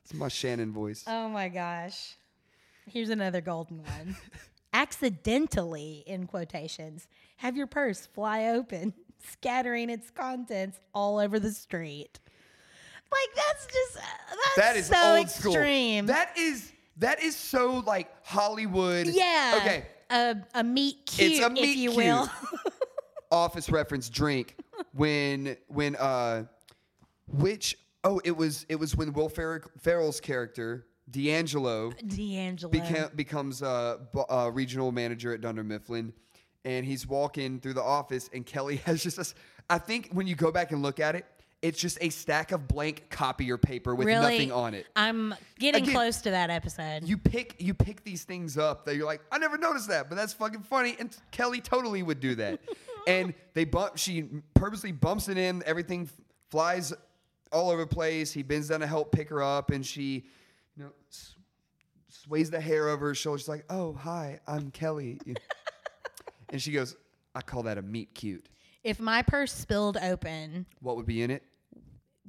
S1: It's my Shannon voice.
S2: Oh my gosh. Here's another golden one. Accidentally, in quotations, have your purse fly open, scattering its contents all over the street. Like that's just uh, that's
S1: that is
S2: so
S1: old
S2: extreme.
S1: school. That is that is so like Hollywood.
S2: yeah.
S1: Okay.
S2: A, a meat cute,
S1: a meet
S2: if you
S1: cute.
S2: will.
S1: office reference drink when when uh which oh it was it was when Will Fer- Ferrell's character D'Angelo
S2: Uh, D'Angelo.
S1: became, becomes uh, b- uh regional manager at Dunder Mifflin and he's walking through the office and Kelly has just this, I think when you go back and look at it it's just a stack of blank copier paper with
S2: really,
S1: nothing on it.
S2: I'm getting
S1: Again,
S2: close to that episode.
S1: You pick you pick these things up that you're like, I never noticed that, but that's fucking funny. And Kelly totally would do that. and they bump. She purposely bumps it in. Everything f- flies all over the place. He bends down to help pick her up, and she, you know, s- sways the hair over her shoulder. She's like, "Oh, hi, I'm Kelly," and she goes, "I call that a meat cute.
S2: if my purse spilled open,
S1: What would be in it?"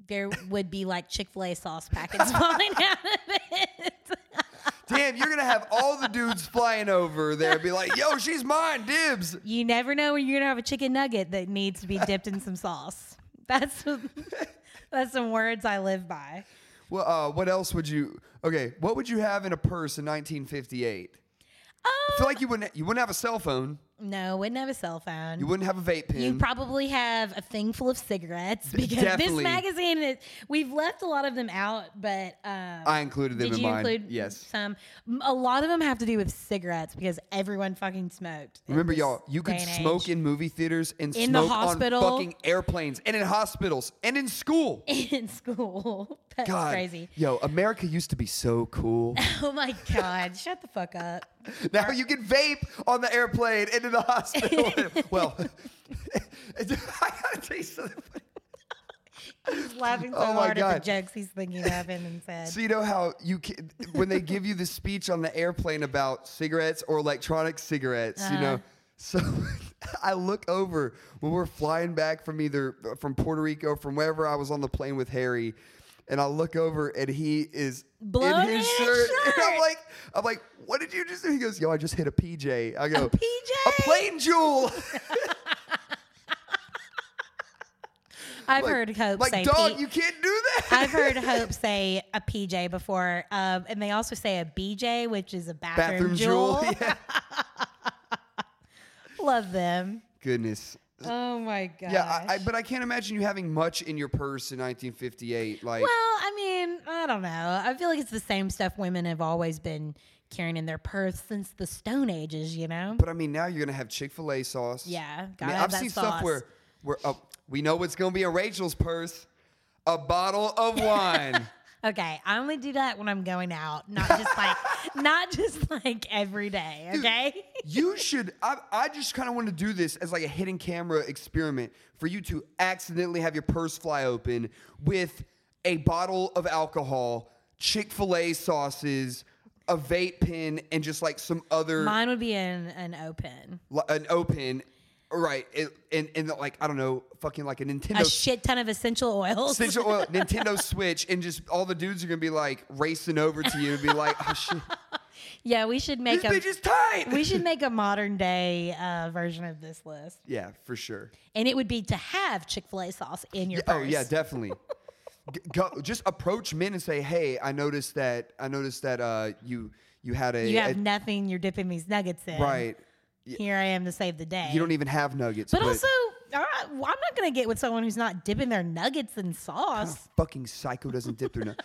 S2: there would be like Chick fil A sauce packets falling out of it.
S1: Damn, you're gonna have all the dudes flying over there, and be like, "Yo, she's mine, dibs."
S2: You never know when you're gonna have a chicken nugget that needs to be dipped in some sauce. That's that's some words I live by.
S1: Well, uh, what else would you? Okay, what would you have in a purse in 1958? I feel like
S2: Um,
S1: you wouldn't. You wouldn't have a cell phone.
S2: No, wouldn't have a cell phone.
S1: You wouldn't have a vape pen.
S2: You probably have a thing full of cigarettes because
S1: definitely.
S2: this magazine is. We've left a lot of them out, but um,
S1: I included them
S2: did
S1: in
S2: you
S1: mine.
S2: include
S1: yes.
S2: some? M- A lot of them have to do with cigarettes because everyone fucking smoked. in
S1: Remember,
S2: this
S1: y'all, you could
S2: day and
S1: smoke
S2: age.
S1: in movie theaters and
S2: In the
S1: smoke
S2: hospital.
S1: on fucking airplanes and in hospitals and in school.
S2: in school. That's
S1: God,
S2: crazy.
S1: yo, America used to be so cool.
S2: Oh my god! Shut the fuck up.
S1: now you can vape on the airplane and in the hospital. well, I gotta tell you something.
S2: He's laughing so
S1: Oh my
S2: hard at
S1: God.
S2: the jokes he's thinking of and and said.
S1: So you know how you can, when they give you the speech on the airplane about cigarettes or electronic cigarettes, you
S2: Uh-huh.
S1: know. So I look over when we're flying back from either from Puerto Rico, from wherever I was on the plane with Harry, and I look over and he is
S2: Blown
S1: in his
S2: in his
S1: shirt. And I'm
S2: shirt.
S1: like, I'm like, what did you just do? He goes, Yo, I just hit a PJ. I go,
S2: PJ?
S1: a plane jewel.
S2: I've heard Hope
S1: like,
S2: say.
S1: dog,
S2: P-
S1: you can't do that.
S2: I've heard Hope say a PJ before, um, and they also say a BJ, which is a bathroom, jewel.
S1: Yeah.
S2: Love them.
S1: Goodness.
S2: Oh my god.
S1: Yeah, I, I, but I can't imagine you having much in your purse in 1958. Like,
S2: well, I mean, I don't know. I feel like it's the same stuff women have always been carrying in their purse since the Stone Ages. You know.
S1: but I mean, now you're gonna have Chick Fil A sauce.
S2: Yeah,
S1: I
S2: gotta
S1: mean,
S2: have
S1: I've
S2: that
S1: seen
S2: sauce.
S1: stuff where, where oh, we know what's gonna be in Rachel's purse. a bottle of wine.
S2: Okay, I only do that when I'm going out, not just like, not just like every day. Okay.
S1: you should. I, I just kind of want to do this as like a hidden camera experiment for you to accidentally have your purse fly open with a bottle of alcohol, Chick Fil A sauces, a vape pen, and just like some other
S2: Mine would be an an open,
S1: li- an open, right? It, and and like I don't know, fucking like a Nintendo
S2: a shit ton of essential oils.
S1: Essential oil, Nintendo Switch, and just all the dudes are gonna be like racing over to you and be like, oh shit,
S2: yeah, we should make
S1: this
S2: a
S1: bitch is tight.
S2: um, we should make a modern day uh, version of this list,
S1: yeah, for sure.
S2: and it would be to have Chick Fil A sauce in your
S1: Yeah, oh
S2: purse.
S1: yeah, definitely. G- Go, just approach men and say, "Hey, I noticed that. I noticed that uh, you you had a,
S2: you have
S1: a-
S2: nothing. You're dipping these nuggets in.
S1: right.
S2: Here I am to save the day.
S1: You don't even have nuggets,
S2: but, also, all right, well, I'm not gonna get with someone who's not dipping their nuggets in sauce.
S1: fucking psycho doesn't dip their nut.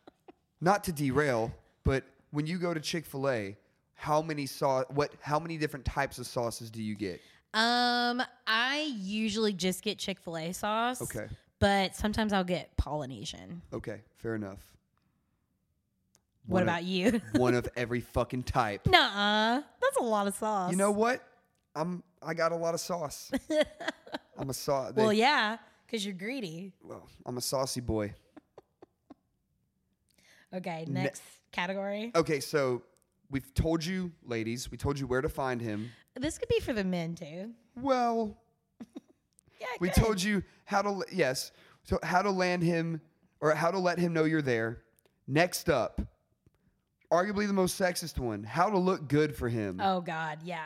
S1: Not to derail, but when you go to Chick Fil A, how many sauce? What? How many different types of sauces do you get?
S2: Um, I usually just get Chick Fil A sauce.
S1: Okay.
S2: But sometimes I'll get Polynesian.
S1: Okay, fair enough.
S2: What
S1: One of-
S2: about you?
S1: one of every fucking type?
S2: Nuh-uh. That's a lot of sauce.
S1: You know what? I'm. I got a lot of sauce. I'm a sauce.
S2: Well, yeah, because you're greedy.
S1: well, I'm a saucy boy.
S2: Okay,
S1: Ne-
S2: next category.
S1: Okay, so we've told you, ladies, we told you where to find him.
S2: This could be for the men too.
S1: Well,
S2: Yeah,
S1: we
S2: good.
S1: told you how to yes, so how to land him or how to let him know you're there. Next up, arguably the most sexist one, how to look good for him.
S2: Oh God, yeah.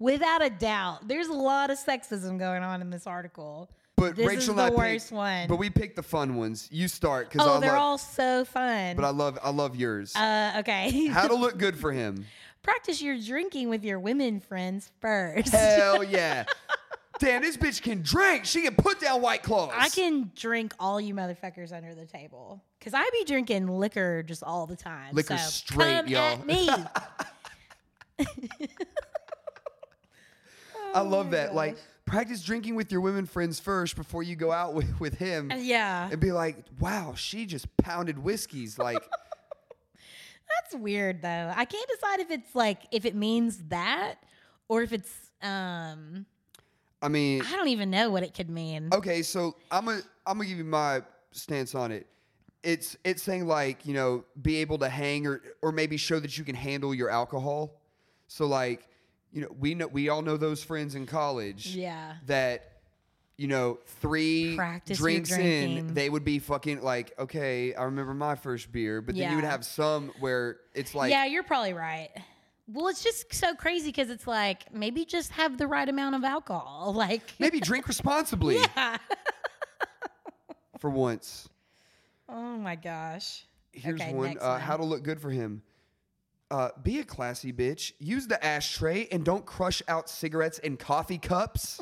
S2: Without a doubt, there's a lot of sexism going on in this article.
S1: but
S2: this
S1: Rachel
S2: is
S1: and
S2: the
S1: I picked-
S2: worst one.
S1: But we picked the fun ones. You start because
S2: oh,
S1: I
S2: they're
S1: love,
S2: all so fun.
S1: but I love I love yours.
S2: uh, okay.
S1: how to look good for him.
S2: Practice your drinking with your women friends first.
S1: Hell yeah. Damn, this bitch can drink. She can put down white claws.
S2: I can drink all you motherfuckers under the table because I be drinking liquor just all the time.
S1: Liquor
S2: so
S1: straight,
S2: come
S1: y'all.
S2: At me.
S1: I love that.
S2: Oh.
S1: Like, practice drinking with your women friends first before you go out with, with him
S2: yeah,
S1: and be like, wow, she just pounded whiskeys. Like,
S2: that's weird though. I can't decide if it's like if it means that or if it's um
S1: I mean,
S2: I don't even know what it could mean.
S1: okay, so I'm gonna I'm gonna give you my stance on it. It's it's saying like, you know, be able to hang or or maybe show that you can handle your alcohol. So like, you know, we know we all know those friends in college.
S2: Yeah.
S1: that you know three
S2: Practice your
S1: drinks in
S2: drinking.
S1: they would be fucking like okay i remember my first beer but then you would
S2: Yeah.
S1: have some where it's like
S2: yeah, you're probably right. Well, it's just so crazy because it's like maybe just have the right amount of alcohol. Like,
S1: maybe drink responsibly for once
S2: oh my gosh.
S1: here's
S2: Okay,
S1: one,
S2: next
S1: uh,
S2: one.
S1: how to look good for him uh, be a classy bitch use the ashtray and don't crush out cigarettes in coffee cups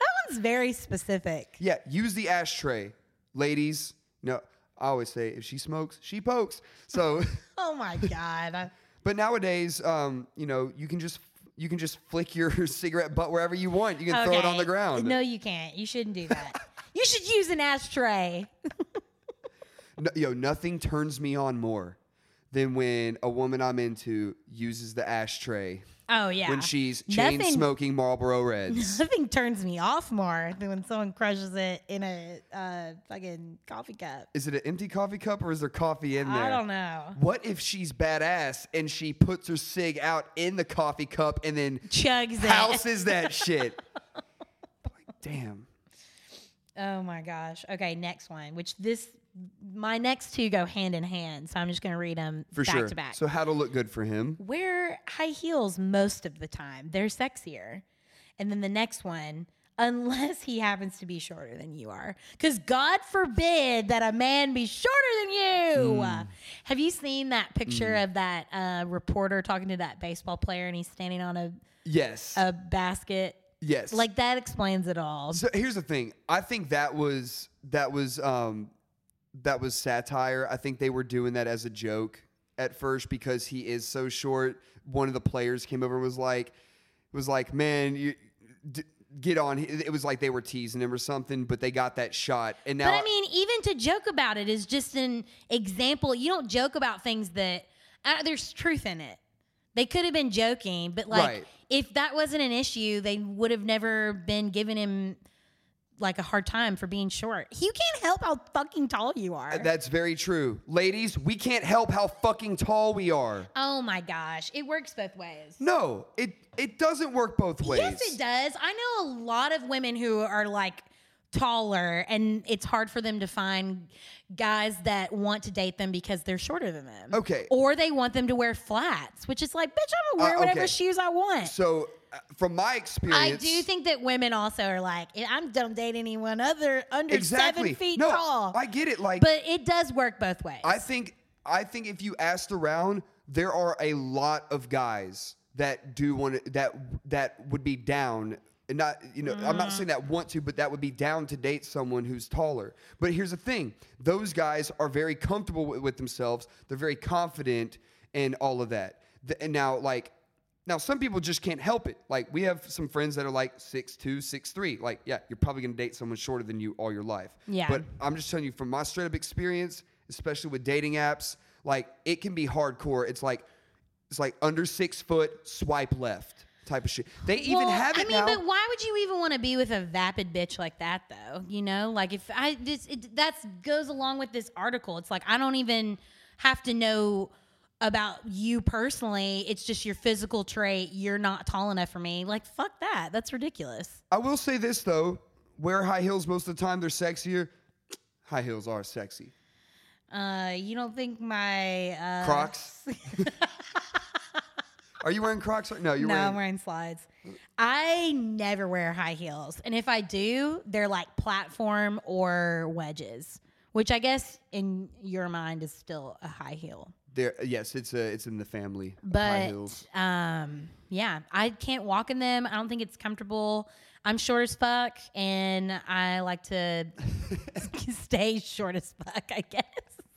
S2: That one's very specific.
S1: yeah use the ashtray ladies no i always say if she smokes she pokes so
S2: Oh my god.
S1: But nowadays, um, you know, you can just you can just flick your cigarette butt wherever you want. You can throw it on the
S2: Okay.
S1: ground.
S2: No, you can't. You shouldn't do that. you should use an ashtray.
S1: No- yo, nothing turns me on more than when a woman I'm into uses the ashtray
S2: Oh yeah.
S1: when she's chain
S2: Nothing-
S1: smoking Marlboro Reds.
S2: Nothing turns me off more than when someone crushes it in a uh, fucking coffee cup.
S1: Is it an empty coffee cup or is there coffee in there?
S2: I don't know.
S1: What if she's badass and she puts her cig out in the coffee cup and then
S2: Chugs it.
S1: houses that shit? Like, damn.
S2: Oh my gosh. Okay, next one. Which this, my next two go hand in hand. So I'm just gonna read them
S1: For
S2: back
S1: sure.
S2: to back.
S1: So how to look good for him?
S2: wear high heels most of the time. They're sexier. And then the next one, unless he happens to be shorter than you are. Because God forbid that a man be shorter than you. Have you seen that picture of that uh, reporter talking to that baseball player and he's standing on a,
S1: Yes.
S2: a basket?
S1: yes.
S2: Uh, Like that explains it all.
S1: So here's the thing. I think that was that was um that was satire. I think they were doing that as a joke at first because he is so short. One of the players came over and was like was like, "Man, you d- get on. It was like they were teasing him or something, but they got that shot. And now,
S2: But I mean, even to joke about it is just an example. You don't joke about things that uh, there's truth in it. They could have been joking, but like
S1: Right.
S2: if that wasn't an issue, they would have never been giving him like a hard time for being short. You can't help how fucking tall you are.
S1: that's very true, ladies. We can't help how fucking tall we are.
S2: oh my gosh, it works both ways.
S1: No, it it doesn't work both ways.
S2: Yes, it does. I know a lot of women who are like taller, and it's hard for them to find guys that want to date them because they're shorter than them.
S1: Okay.
S2: Or they want them to wear flats, which is like, bitch, I'm gonna
S1: Uh,
S2: wear whatever
S1: okay.
S2: shoes I want.
S1: So, uh, from my experience,
S2: I do think that women also are like, I'm don't date anyone other under
S1: exactly
S2: seven feet
S1: no,
S2: tall.
S1: I get it. Like,
S2: but it does work both ways.
S1: I think I think if you asked around, there are a lot of guys that do want to, that that would be down. And not you know, I'm not saying that want to, but that would be down to date someone who's taller. But here's the thing: those guys are very comfortable with, with themselves. They're very confident and all of that. The, and now, like, now some people just can't help it. Like we have some friends that are like six two, six three. Like, yeah, you're probably gonna date someone shorter than you all your life.
S2: Yeah.
S1: But I'm just telling you from my straight up experience, especially with dating apps, like it can be hardcore. It's like it's like under six foot, swipe left type of shit. They even
S2: Well,
S1: have it
S2: I mean,
S1: now.
S2: but why would you even want to be with a vapid bitch like that, though? You know, like if I this it, that goes along with this article. It's like I don't even have to know about you personally. It's just your physical trait. You're not tall enough for me. Like fuck that. That's ridiculous.
S1: I will say this though: wear high heels most of the time. They're sexier. High heels are sexy.
S2: Uh, you don't think my uh,
S1: Crocs. are you wearing Crocs? right- No, you're
S2: No,
S1: wearing.
S2: I'm wearing slides. I never wear high heels, and if I do, they're like platform or wedges, which I guess in your mind is still a high heel.
S1: There, yes, it's a, it's in the family. of high
S2: But
S1: heels.
S2: um, yeah, I can't walk in them. I don't think it's comfortable. I'm short as fuck, and I like to stay short as fuck. I guess.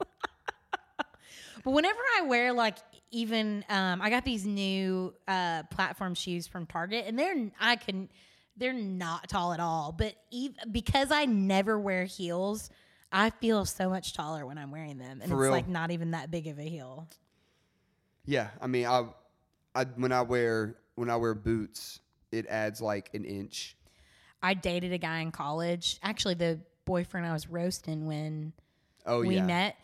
S2: but whenever I wear like even, um, I got these new uh, platform shoes from Target, and they're I can, they're not tall at all. But ev- because I never wear heels. I feel so much taller when I'm wearing them, and
S1: For
S2: it's
S1: real?
S2: like not even that big of a heel.
S1: Yeah, I mean, I, I when I wear when I wear boots, it adds like an inch.
S2: I dated a guy in college. Actually, the boyfriend I was roasting when
S1: Oh
S2: we
S1: yeah,
S2: met,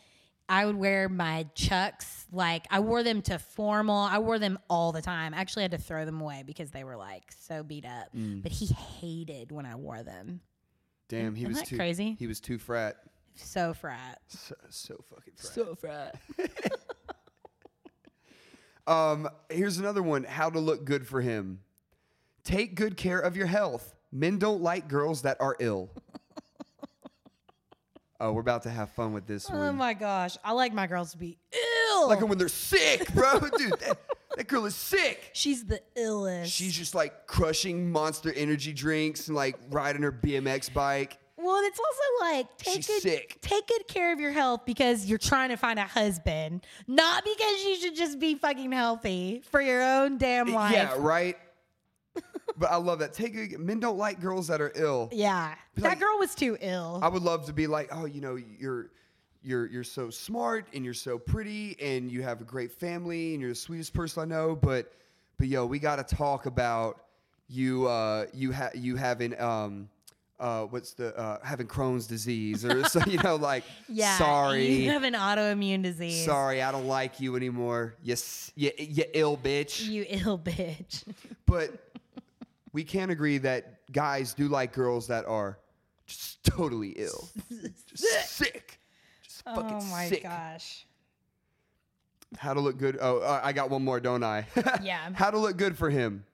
S2: I would wear my chucks. Like I wore them to formal. I wore them all the time. I actually had to throw them away because they were like so beat up.
S1: Mm.
S2: But he hated when I wore them.
S1: damn, he
S2: Isn't
S1: was
S2: that
S1: too
S2: crazy?
S1: He was too frat.
S2: So frat.
S1: So, so fucking frat.
S2: So frat.
S1: Um, here's another one: how to look good for him. Take good care of your health. Men don't like girls that are ill. oh, we're about to have fun with this
S2: Oh
S1: one.
S2: my gosh. I like my girls to be ill.
S1: Like when they're sick, bro, dude. That, that girl is sick.
S2: She's the illest.
S1: She's just like crushing monster energy drinks and like riding her BMX bike.
S2: Well, it's also like take
S1: She's
S2: good,
S1: sick.
S2: take good care of your health because you're trying to find a husband, not because you should just be fucking healthy for your own damn life.
S1: Yeah, right. but I love that. Take a, men don't like girls that are ill.
S2: Yeah. that
S1: like-
S2: girl was too ill.
S1: I would love to be like, oh, you know, you're you're you're so smart and you're so pretty and you have a great family and you're the sweetest person I know. But but yo, we gotta talk about you uh you ha- you having um uh what's the uh having Crohn's disease or so you know like
S2: yeah.
S1: sorry
S2: You have an autoimmune disease.
S1: sorry I don't like you anymore. Yes, you, you ill bitch.
S2: You ill bitch.
S1: But we can agree that guys do like girls that are just totally ill, just sick, just fucking
S2: oh my
S1: sick.
S2: gosh.
S1: How to look good? Oh, uh, I got one more, don't I?
S2: Yeah.
S1: How to look good for him?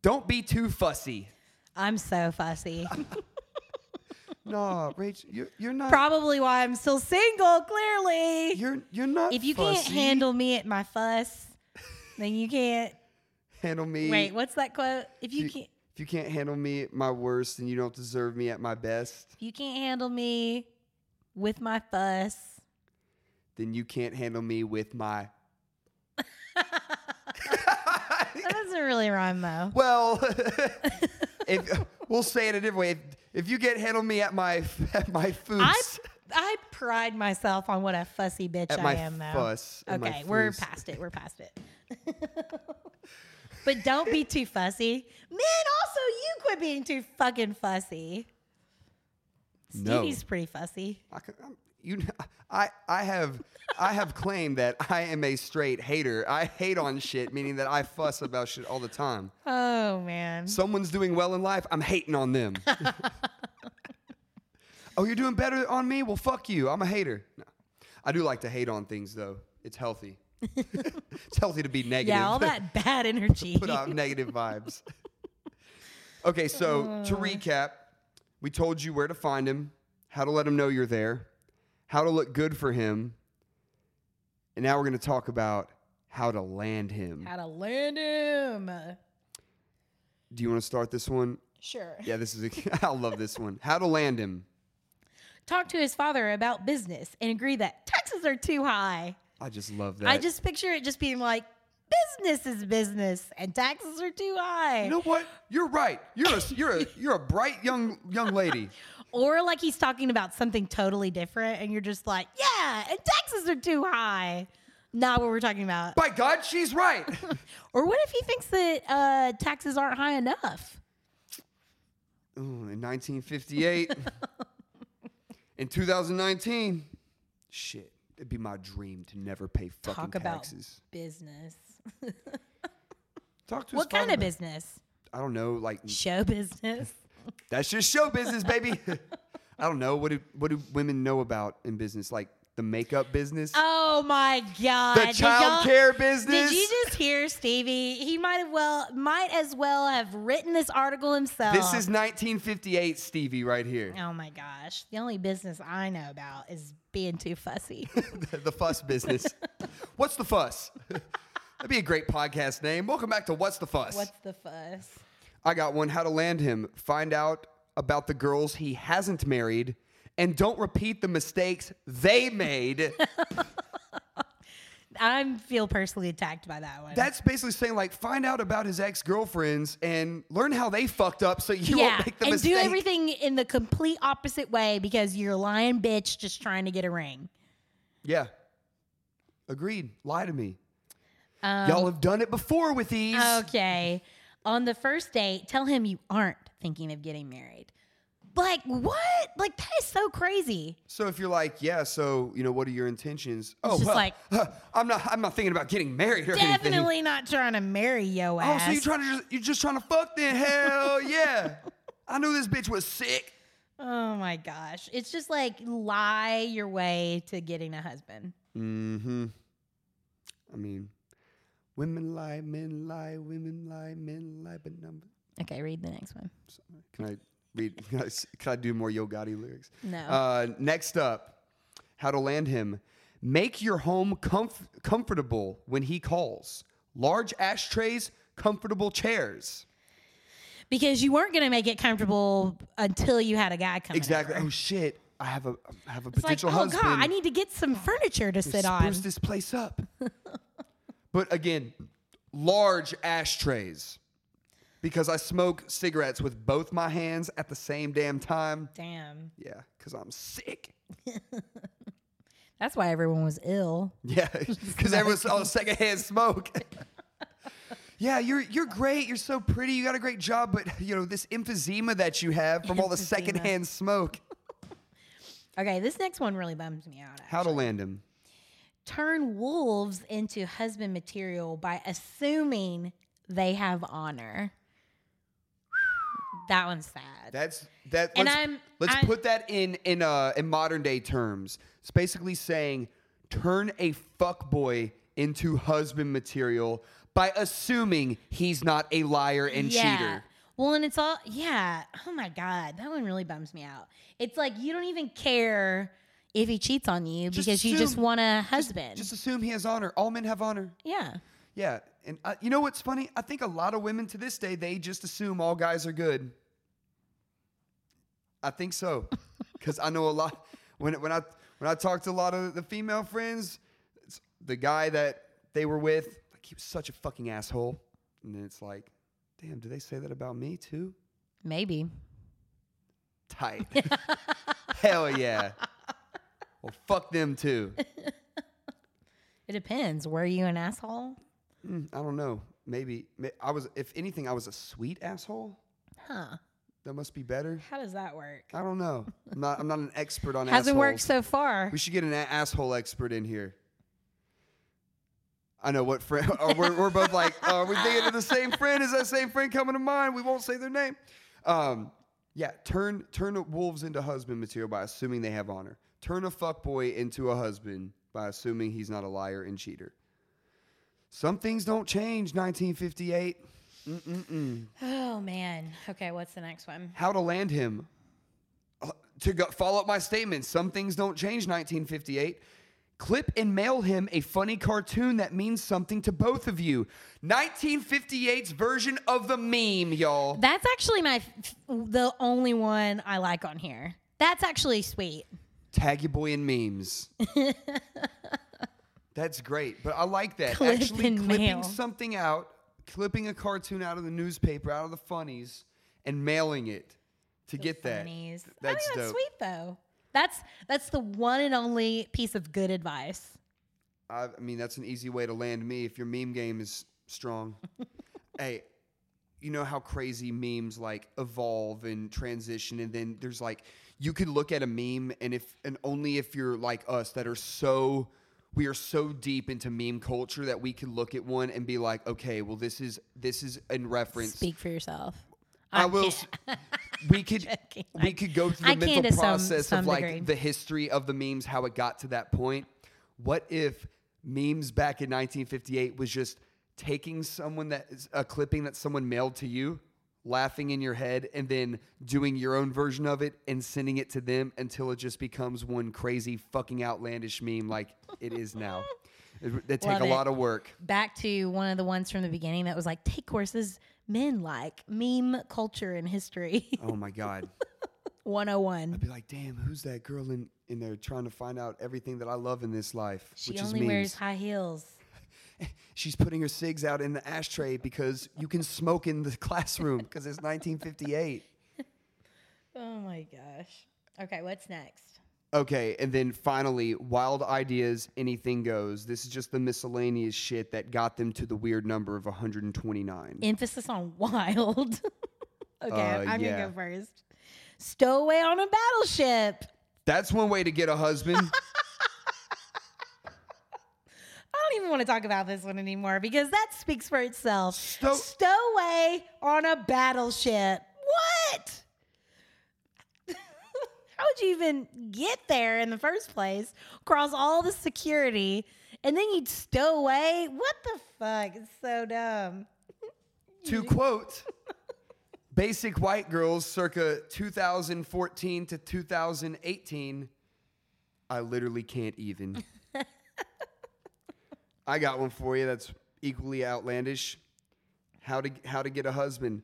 S1: Don't be too fussy.
S2: I'm so fussy.
S1: No, Rach, you're, you're not.
S2: Probably why I'm still single, clearly.
S1: you're you're not.
S2: if you can't
S1: fussy.
S2: handle me at my fuss, then you can't.
S1: handle me,
S2: Wait, what's that quote? If
S1: If
S2: you
S1: you,
S2: can't
S1: if you can't handle me at my worst, then you don't deserve me at my best.
S2: If you can't handle me with my fuss,
S1: Then you can't handle me with my.
S2: that doesn't really rhyme though.
S1: Well, if we'll say it a different way. If, if you get head on me at my at my food,
S2: I I pride myself on what a fussy bitch
S1: At
S2: I
S1: my
S2: am though.
S1: fuss, at my
S2: okay, we're
S1: foos.
S2: past it. We're past it. but don't be too fussy. Man, also you quit being too fucking fussy.
S1: No.
S2: Stevie's pretty fussy.
S1: I can, I'm, you, kn- I, I have, I have claimed that I am a straight hater. I hate on shit, meaning that I fuss about shit all the time.
S2: Oh man.
S1: Someone's doing well in life, I'm hating on them. oh, you're doing better on me? Well, fuck you. I'm a hater. No. I do like to hate on things though. It's healthy. it's healthy to be negative.
S2: yeah, all that bad energy.
S1: put out negative vibes. okay, so
S2: Uh.
S1: to recap, we told you where to find him, how to let him know you're there, how to look good for him, and now we're going to talk about how to land him.
S2: How to land him.
S1: Do you want to start this one?
S2: Sure.
S1: Yeah, this is a, I love this one. How to land him.
S2: Talk to his father about business and agree that taxes are too high.
S1: I just love that.
S2: I just picture it just being like, business is business and taxes are too high.
S1: You know what? You're right. You're a you're a you're a bright young young lady.
S2: Or like he's talking about something totally different and you're just like, yeah, and taxes are too high. Not what we're talking about.
S1: By God, she's right.
S2: Or what if he thinks that uh, taxes aren't high enough?
S1: Ooh, in 1958. in 2019. Shit. It'd be my dream to never pay fucking
S2: Talk about
S1: taxes.
S2: business.
S1: Talk to
S2: What
S1: his
S2: kind
S1: father.
S2: of business?
S1: I don't know. Like
S2: Show business.
S1: that's just show business, baby. I don't know. What do what do women know about in business? Like the makeup business,
S2: Oh my god.
S1: the
S2: Did y'all-
S1: childcare business.
S2: Did you just hear Stevie? He might have well might as well have written this article himself.
S1: this is 1958, Stevie, right here.
S2: Oh my gosh. The only business I know about is being too fussy.
S1: the fuss business. What's the fuss? That'd be a great podcast name. Welcome back to What's the Fuss.
S2: What's the fuss?
S1: I got one. How to land him. Find out about the girls he hasn't married and don't repeat the mistakes they made.
S2: I feel personally attacked by that one.
S1: That's basically saying, like, find out about his ex girlfriends and learn how they fucked up so you
S2: yeah,
S1: won't make the
S2: and
S1: mistake.
S2: do everything in the complete opposite way because you're a lying bitch just trying to get a ring.
S1: Yeah. Agreed. Lie to me.
S2: Um, Oh,
S1: Y'all have done it before with these.
S2: Okay. On the first date, tell him you aren't thinking of getting married. Like, what? Like, that is so crazy.
S1: So if you're like, yeah, so you know, what are your intentions? Oh,
S2: just
S1: well,
S2: like-
S1: I'm not. I'm not thinking about getting married or anything.
S2: Definitely not trying to marry yo
S1: Oh,
S2: ass.
S1: so you trying to just, you're just trying to fuck then? Hell yeah! I knew this bitch was sick.
S2: oh my gosh. It's just like lie your way to getting a husband.
S1: Mm-hmm. I mean, women lie, men lie, women lie, men lie, but number.
S2: Okay, read the next one.
S1: Can I read? Can I, s- can I do more Yo Gotti lyrics?
S2: No.
S1: Uh, next up, how to land him. Make your home comf- comfortable when he calls. Large ashtrays, comfortable chairs.
S2: Because you weren't going to make it comfortable until you had a guy come.
S1: Exactly. Oh shit! I have a I have a
S2: It's like,
S1: potential
S2: oh
S1: husband.
S2: God, I need to get some furniture to sit on.
S1: spruce this place up. but again, large ashtrays because I smoke cigarettes with both my hands at the same damn time.
S2: Damn.
S1: Yeah, because I'm sick.
S2: That's why everyone was ill.
S1: Yeah, because everyone saw the secondhand smoke. yeah, you're you're great. You're so pretty. You got a great job, but you know this emphysema that you have from all the
S2: Emphysema.
S1: secondhand smoke.
S2: Okay, this next one really bums me out.
S1: How to land him?
S2: turn wolves into husband material by assuming they have honor. That one's sad.
S1: That's that.
S2: And
S1: let's
S2: I'm-
S1: let's
S2: I'm-
S1: put that in in uh in modern day terms. It's basically saying turn a fuckboy into husband material by assuming he's not a liar and cheater.
S2: Well, and it's all yeah. Oh my god, that one really bums me out. It's like you don't even care if he cheats on you
S1: Just
S2: because you just
S1: assume-
S2: want a husband.
S1: Just assume he has honor. All men have honor.
S2: yeah.
S1: Yeah, and uh, you know what's funny? I think a lot of women to this day they just assume all guys are good. I think so, because I know a lot. When when I when I talk to a lot of the female friends, it's the guy that they were with, like he was such a fucking asshole, and then it's like, damn, do they say that about me too?
S2: Maybe.
S1: Tight. Hell yeah. Well, fuck them too.
S2: It depends. Were you an asshole?
S1: Mm, I don't know. Maybe may- I was. If anything, I was a sweet asshole.
S2: Huh.
S1: That must be better.
S2: How does that work?
S1: I don't know. I'm not. I'm not an expert on
S2: Hasn't
S1: assholes.
S2: worked so far.
S1: We should get an a- asshole expert in here. I know what friend. oh, we're, we're both like, oh, are we thinking of the same friend? Is that same friend coming to mind? We won't say their name. Um, yeah, turn turn wolves into husband material by assuming they have honor. Turn a fuckboy into a husband by assuming he's not a liar and cheater. Some things don't change. 1958.
S2: Oh man. Okay, what's the next one?
S1: How to land him. Uh, To go, follow up my statement, some things don't change. 1958. Clip and mail him a funny cartoon that means something to both of you. 1958's version of the meme, y'all.
S2: That's actually my f- the only one I like on here. That's actually sweet.
S1: Tag your boy in memes. That's great, but I like that.
S2: Clip
S1: Actually,
S2: and
S1: clipping
S2: mail.
S1: something out, clipping a cartoon out of the newspaper, out of the funnies, and mailing it to get that.
S2: Funnies.
S1: That's
S2: I think that's
S1: dope.
S2: sweet though. That's that's the one and only piece of good advice.
S1: I, I mean, that's an easy way to land me if your meme game is strong. hey, you know how crazy memes like evolve and transition, and then there's like you could look at a meme, and if and only if you're like us that are so we are so deep into meme culture that we could look at one and be like, okay, well this is this is in reference.
S2: Speak for yourself.
S1: I will. s- We could
S2: joking.
S1: we could go through
S2: I
S1: the
S2: can
S1: mental
S2: to some-
S1: process
S2: some
S1: of like
S2: degree.
S1: the history of the memes, how it got to that point. What if memes back in 1958 was just taking someone that is a clipping that someone mailed to you, laughing in your head, and then doing your own version of it and sending it to them until it just becomes one crazy fucking outlandish meme like it is now. It, that take
S2: Love
S1: a
S2: it.
S1: lot of work.
S2: Back to one of the ones from the beginning that was like take courses men like meme culture and history
S1: Oh my god.
S2: 101.
S1: I'd be like, damn, who's that girl in, in there trying to find out everything that I love in this life?
S2: She
S1: which
S2: only
S1: is
S2: wears
S1: memes.
S2: high heels.
S1: She's putting her cigs out in the ashtray because you can smoke in the classroom because it's 1958.
S2: Oh my gosh. Okay, what's next?
S1: Okay, and then finally, wild ideas, anything goes. This is just the miscellaneous shit that got them to the weird number of 129.
S2: Emphasis on wild. okay,
S1: Uh,
S2: I'm
S1: yeah.
S2: gonna go first. Stowaway on a battleship.
S1: That's one way to get a husband.
S2: I don't even want to talk about this one anymore because that speaks for itself.
S1: Stow-
S2: Stowaway on a battleship. What? How would you even get there in the first place? Cross all the security and then you'd stow away? What the fuck? It's so dumb.
S1: to quote basic white girls circa 2014 to 2018 i literally can't even i got one for you that's equally outlandish how to how to get a husband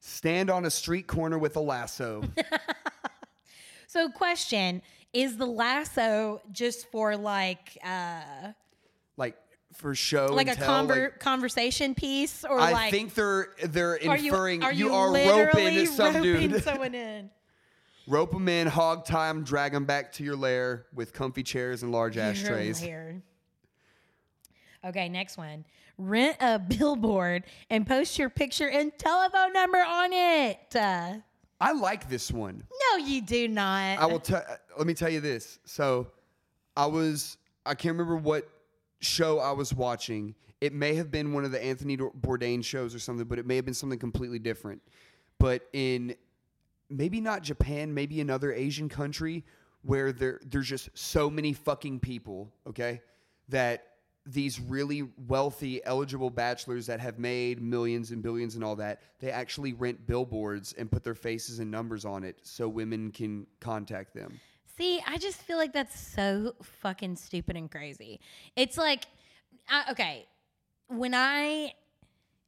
S1: stand on a street corner with a lasso
S2: So, question is the lasso just for like uh,
S1: like for show
S2: like a
S1: and tell,
S2: conver-
S1: like-
S2: conversation piece, or
S1: I
S2: like
S1: think they're they're
S2: are you
S1: inferring
S2: are you,
S1: are
S2: literally
S1: roping some
S2: roping
S1: dude.
S2: someone in?
S1: Rope them in, hog tie them, drag them back to your lair with comfy chairs and large ashtrays.
S2: You're weird. Okay, next one. Rent a billboard and post your picture and telephone number on it. Uh,
S1: I like this one.
S2: no, you do not.
S1: I will tell. Let me tell you this. So, I was. I can't remember what show I was watching. It may have been one of the Anthony Bourdain shows or something, but it may have been something completely different. But in maybe not Japan, maybe another Asian country where there there's just so many fucking people, okay, that these really wealthy eligible bachelors that have made millions and billions and all that, they actually rent billboards and put their faces and numbers on it so women can contact them.
S2: See, I just feel like that's so fucking stupid and crazy. It's like, I, okay, when I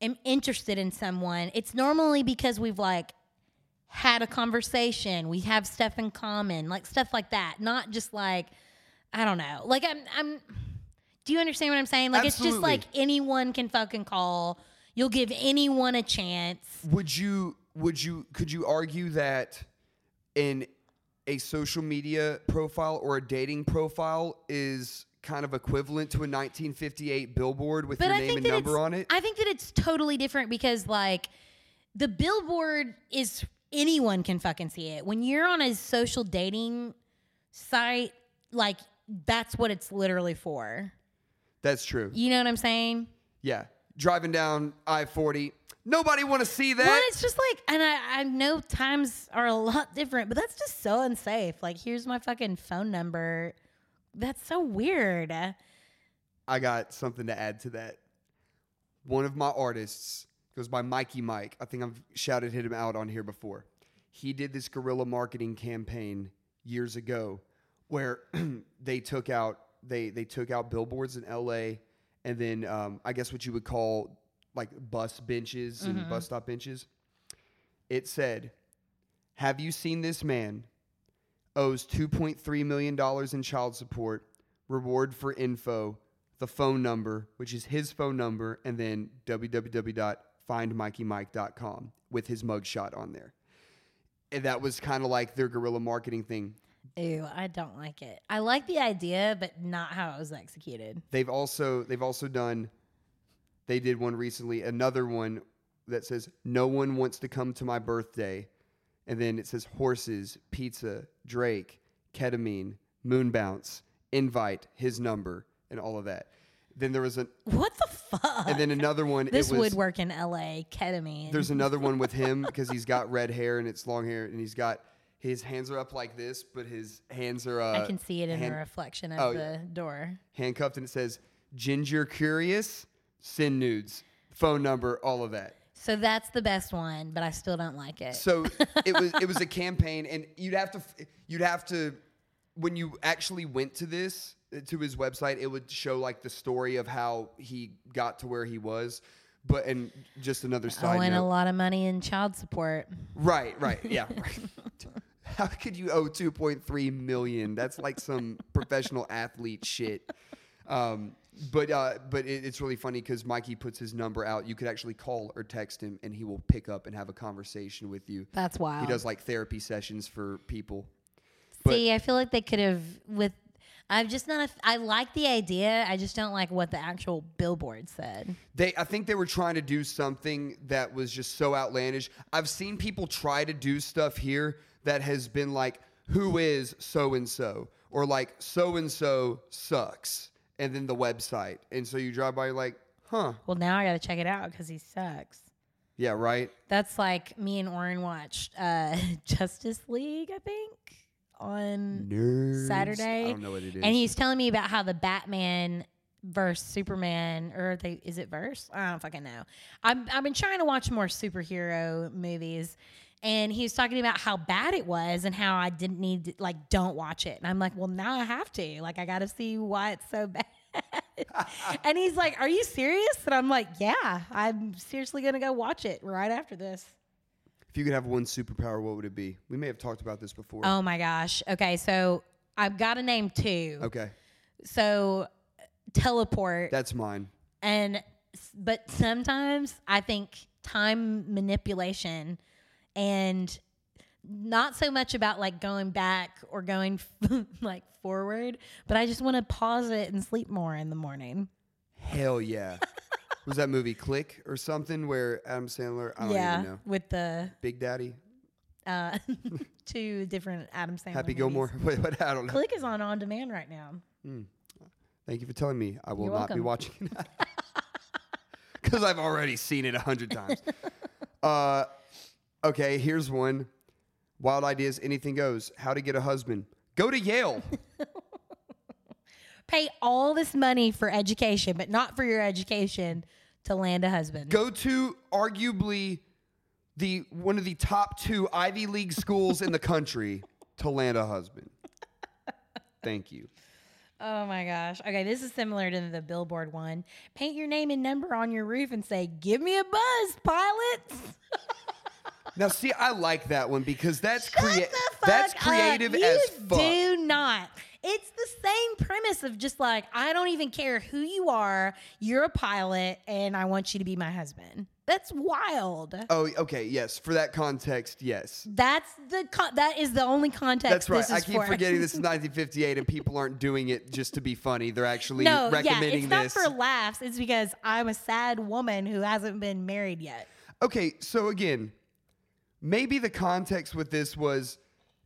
S2: am interested in someone, it's normally because we've like had a conversation, we have stuff in common, like stuff like that, not just like, I don't know, like I'm, I'm. Do you understand what I'm saying? Like it's just
S1: Absolutely.
S2: like anyone can fucking call. You'll give anyone a chance.
S1: Would you would you could you argue that in a social media profile or a dating profile is kind of equivalent to a 1958 billboard with
S2: But
S1: your
S2: I
S1: name
S2: think
S1: and
S2: that
S1: number
S2: it's-
S1: on it?
S2: I think that it's totally different because like the billboard is anyone can fucking see it. When you're on a social dating site, like that's what it's literally for.
S1: That's true.
S2: You know what I'm saying?
S1: Yeah. Driving down I-40. Nobody want to see that.
S2: Well, it's just like, and I, I know times are a lot different, but that's just so unsafe. Like, here's my fucking phone number. That's so weird.
S1: I got something to add to that. One of my artists goes by Mikey Mike. I think I've shouted him out on here before. He did this guerrilla marketing campaign years ago where they took out they they took out billboards in LA and then um, I guess what you would call like bus benches and bus stop benches. It said, "Have you seen this man? owes $2.3 million in child support, reward for info, the phone number, which is his phone number, and then www.findmikeymike.com with his mugshot on there. And that was kind of like their guerrilla marketing thing.
S2: Ew, I don't like it. I like the idea, but not how it was executed.
S1: They've also they've also done they did one recently, another one that says no one wants to come to my birthday. And then it says horses, pizza, Drake, ketamine, moon bounce, invite, his number, and all of that. Then there was an
S2: What the fuck?
S1: and then another one
S2: Uh, this
S1: it was
S2: would work in LA, ketamine.
S1: there's another one with him because he's got red hair and it's long hair and he's got his hands are up like this, but his hands are uh,
S2: I can see it in
S1: hand-
S2: the reflection of
S1: oh,
S2: the
S1: yeah.
S2: door.
S1: handcuffed and it says ginger curious send nudes phone number all of that
S2: So that's the best one, but I still don't like it.
S1: so it was it was a campaign and you'd have to f- you'd have to when you actually went to this uh, to his website it would show like the story of how he got to where he was but and just another
S2: I
S1: side
S2: win Oh, a
S1: note.
S2: lot of money in child support.
S1: right right yeah right. how could you owe 2.3 million that's like some professional athlete shit um, but uh, but it, it's really funny because Mikey puts his number out. You could actually call or text him, and he will pick up and have a conversation with you.
S2: That's wild.
S1: He does like therapy sessions for people. But-
S2: See, I feel like they could have with. I'm just not. A, I like the idea. I just don't like what the actual billboard said.
S1: They, I think they were trying to do something that was just so outlandish. I've seen people try to do stuff here that has been like, "Who is so and so?" or like, "So and so sucks," and then the website, and so you drive by, you're like, "Huh,
S2: Well, now I got to check it out because he sucks.
S1: yeah, right."
S2: That's like me and Oren watched uh, Justice League, I think, on,
S1: Nerds.
S2: Saturday,
S1: I don't know what it is.
S2: and he was telling me about how the Batman verse Superman, or they is it verse? I don't fucking know. I'm, I've been trying to watch more superhero movies, and he was talking about how bad it was and how I didn't need to, like don't watch it. And I'm like, well, now I have to. Like, I got to see why it's so bad. and he's like, "Are you serious?" And I'm like, "Yeah, I'm seriously gonna go watch it right after this."
S1: if you could have one superpower, what would it be? We may have talked about this before.
S2: Oh my gosh. Okay, so I've got to name two.
S1: okay,
S2: So teleport
S1: that's mine.
S2: and s- but sometimes I think time manipulation and not so much about like going back or going like forward, but I just want to pause it and sleep more in the morning.
S1: Hell yeah. Was that movie Click or something where Adam Sandler? I don't
S2: yeah,
S1: even know.
S2: with the
S1: Big Daddy,
S2: uh, two different Adam Sandler.
S1: Happy
S2: movies.
S1: Gilmore. Wait, what? I don't know.
S2: Click is on on demand right now.
S1: Thank you for telling me. I will
S2: You're
S1: not be
S2: welcome.
S1: watching that because I've already seen it a hundred times. uh, okay, here's one. Wild ideas, anything goes. How to get a husband? Go to Yale.
S2: Pay all this money for education, but not for your education to land a husband.
S1: Go to arguably the one of the top two Ivy League schools in the country to land a husband. Thank you.
S2: Oh my gosh. Okay, this is similar to the billboard one. Paint your name and number on your roof and say, "Give me a buzz, pilots."
S1: Now, see, I like that one because that's
S2: Shut
S1: creative.
S2: the fuck
S1: That's
S2: up.
S1: creative
S2: you
S1: as fuck.
S2: Do not. It's the same premise of just like I don't even care who you are. You're a pilot, and I want you to be my husband. That's wild.
S1: Oh, okay. Yes. For that context, yes.
S2: That's the con- that is the only context.
S1: That's right.
S2: This is
S1: I keep
S2: for.
S1: forgetting this is 1958 and people aren't doing it just to be funny. They're actually
S2: No, yeah,
S1: recommending
S2: it's not
S1: this.
S2: for laughs. It's because I'm a sad woman who hasn't been married yet.
S1: Okay, so again, maybe the context with this was,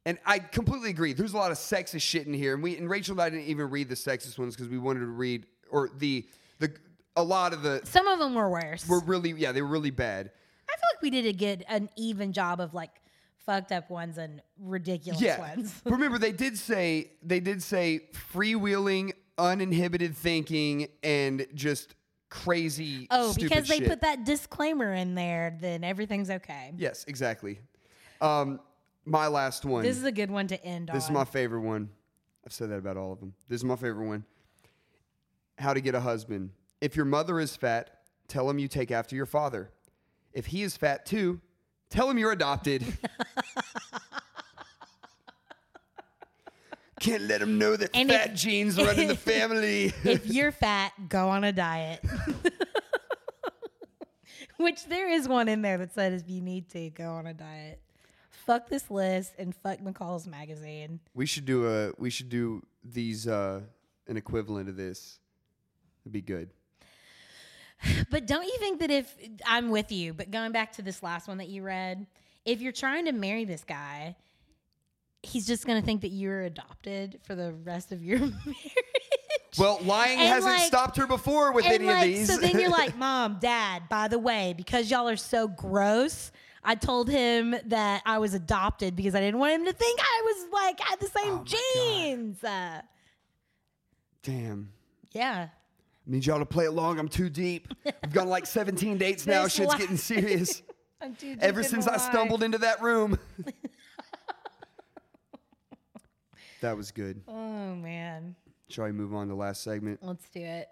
S1: and I completely agree. There's a lot of sexist shit in here, and we and Rachel and I didn't even read the sexist ones because we wanted to read or the the a lot of the
S2: Some of them were worse.
S1: were really yeah they were really bad.
S2: I feel like we did a good, an even job of like fucked up ones and ridiculous
S1: Yeah,
S2: ones.
S1: remember they did say they did say freewheeling, uninhibited thinking, and just crazy.
S2: Oh,
S1: stupid
S2: because they
S1: shit.
S2: put that disclaimer in there, then everything's okay.
S1: Yes, exactly. Um, my last one.
S2: This is a good one to end on.
S1: This is my favorite one. I've said that about all of them. This is my favorite one. How to get a husband. If your mother is fat, tell him you take after your father. If he is fat too, tell him you're adopted. Can't let him know that
S2: And if-
S1: fat genes run in the family.
S2: if you're fat, go on a diet. Which there is one in there that said if you need to, go on a diet. Fuck this list and fuck McCall's magazine.
S1: we should do a we should do these uh an equivalent of this. It'd be good.
S2: But don't you think that if I'm with you, but going back to this last one that you read, if you're trying to marry this guy, he's just going to think that you're adopted for the rest of your marriage.
S1: Well, lying
S2: And,
S1: hasn't
S2: like-
S1: stopped her before with
S2: and
S1: any
S2: like,
S1: of these.
S2: so then you're like, Mom, Dad, by the way, because y'all are so gross, I told him that I was adopted because I didn't want him to think I was like had the
S1: Oh
S2: same genes. Uh,
S1: Damn.
S2: yeah.
S1: Need y'all to play along. I'm too deep. I've gone like 17 dates now.
S2: There's
S1: Shit's
S2: lies.
S1: getting serious.
S2: I'm too deep
S1: Ever
S2: in
S1: since
S2: my
S1: I
S2: life.
S1: stumbled into that room. that was good.
S2: Oh, man.
S1: Shall we move on to last segment?
S2: Let's do it.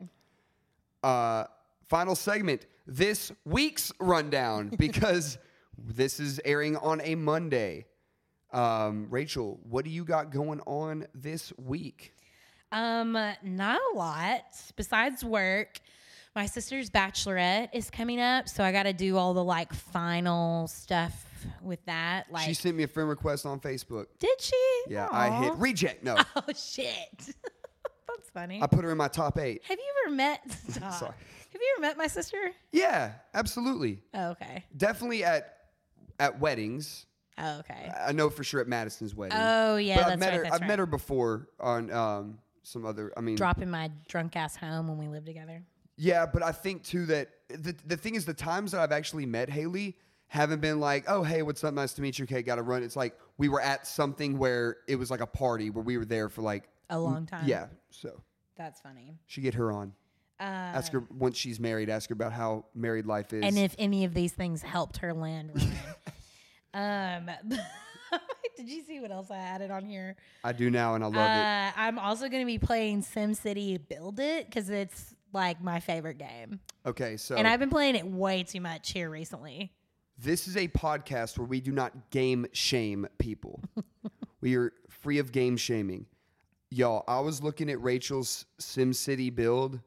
S1: Uh, final segment. This week's rundown because this is airing on a Monday. Um, Rachel, what do you got going on this week?
S2: Um, not a lot besides work. My sister's bachelorette is coming up, so I got to do all the like final stuff with that. Like,
S1: She sent me a friend request on Facebook.
S2: did she?
S1: Yeah, I hit
S2: Aw.
S1: reject. No,
S2: Oh shit, that's funny.
S1: I put her in my top eight.
S2: Have you ever met? Stop.
S1: Sorry.
S2: Have you ever met my sister?
S1: Yeah, absolutely.
S2: Oh, okay.
S1: Definitely at at weddings.
S2: Oh, okay.
S1: I know for sure at Madison's wedding.
S2: Oh
S1: Uh, but
S2: yeah, that's
S1: I've met
S2: right.
S1: her.
S2: that's
S1: I've
S2: right.
S1: met her before on um, some other. I mean,
S2: dropping my drunk ass home when we lived together.
S1: yeah, but I think too that the the thing is the times that I've actually met Haley haven't been like, oh hey, what's up? Nice to meet you. Okay, got to run. It's like we were at something where it was like a party where we were there for like
S2: A long time.
S1: yeah. So
S2: that's funny.
S1: she get her on.
S2: Uh,
S1: Ask her once she's married. Ask her about how married life is.
S2: and if any of these things helped her land Ryan. um, did you see what else I added on here?
S1: I do now, and I love it.
S2: Uh, I'm also going to be playing SimCity Build It because it's like my favorite game,
S1: Okay, so
S2: and I've been playing it way too much here recently.
S1: This is a podcast where we do not game shame people. we are free of game shaming. Y'all, I was looking at Rachel's SimCity build.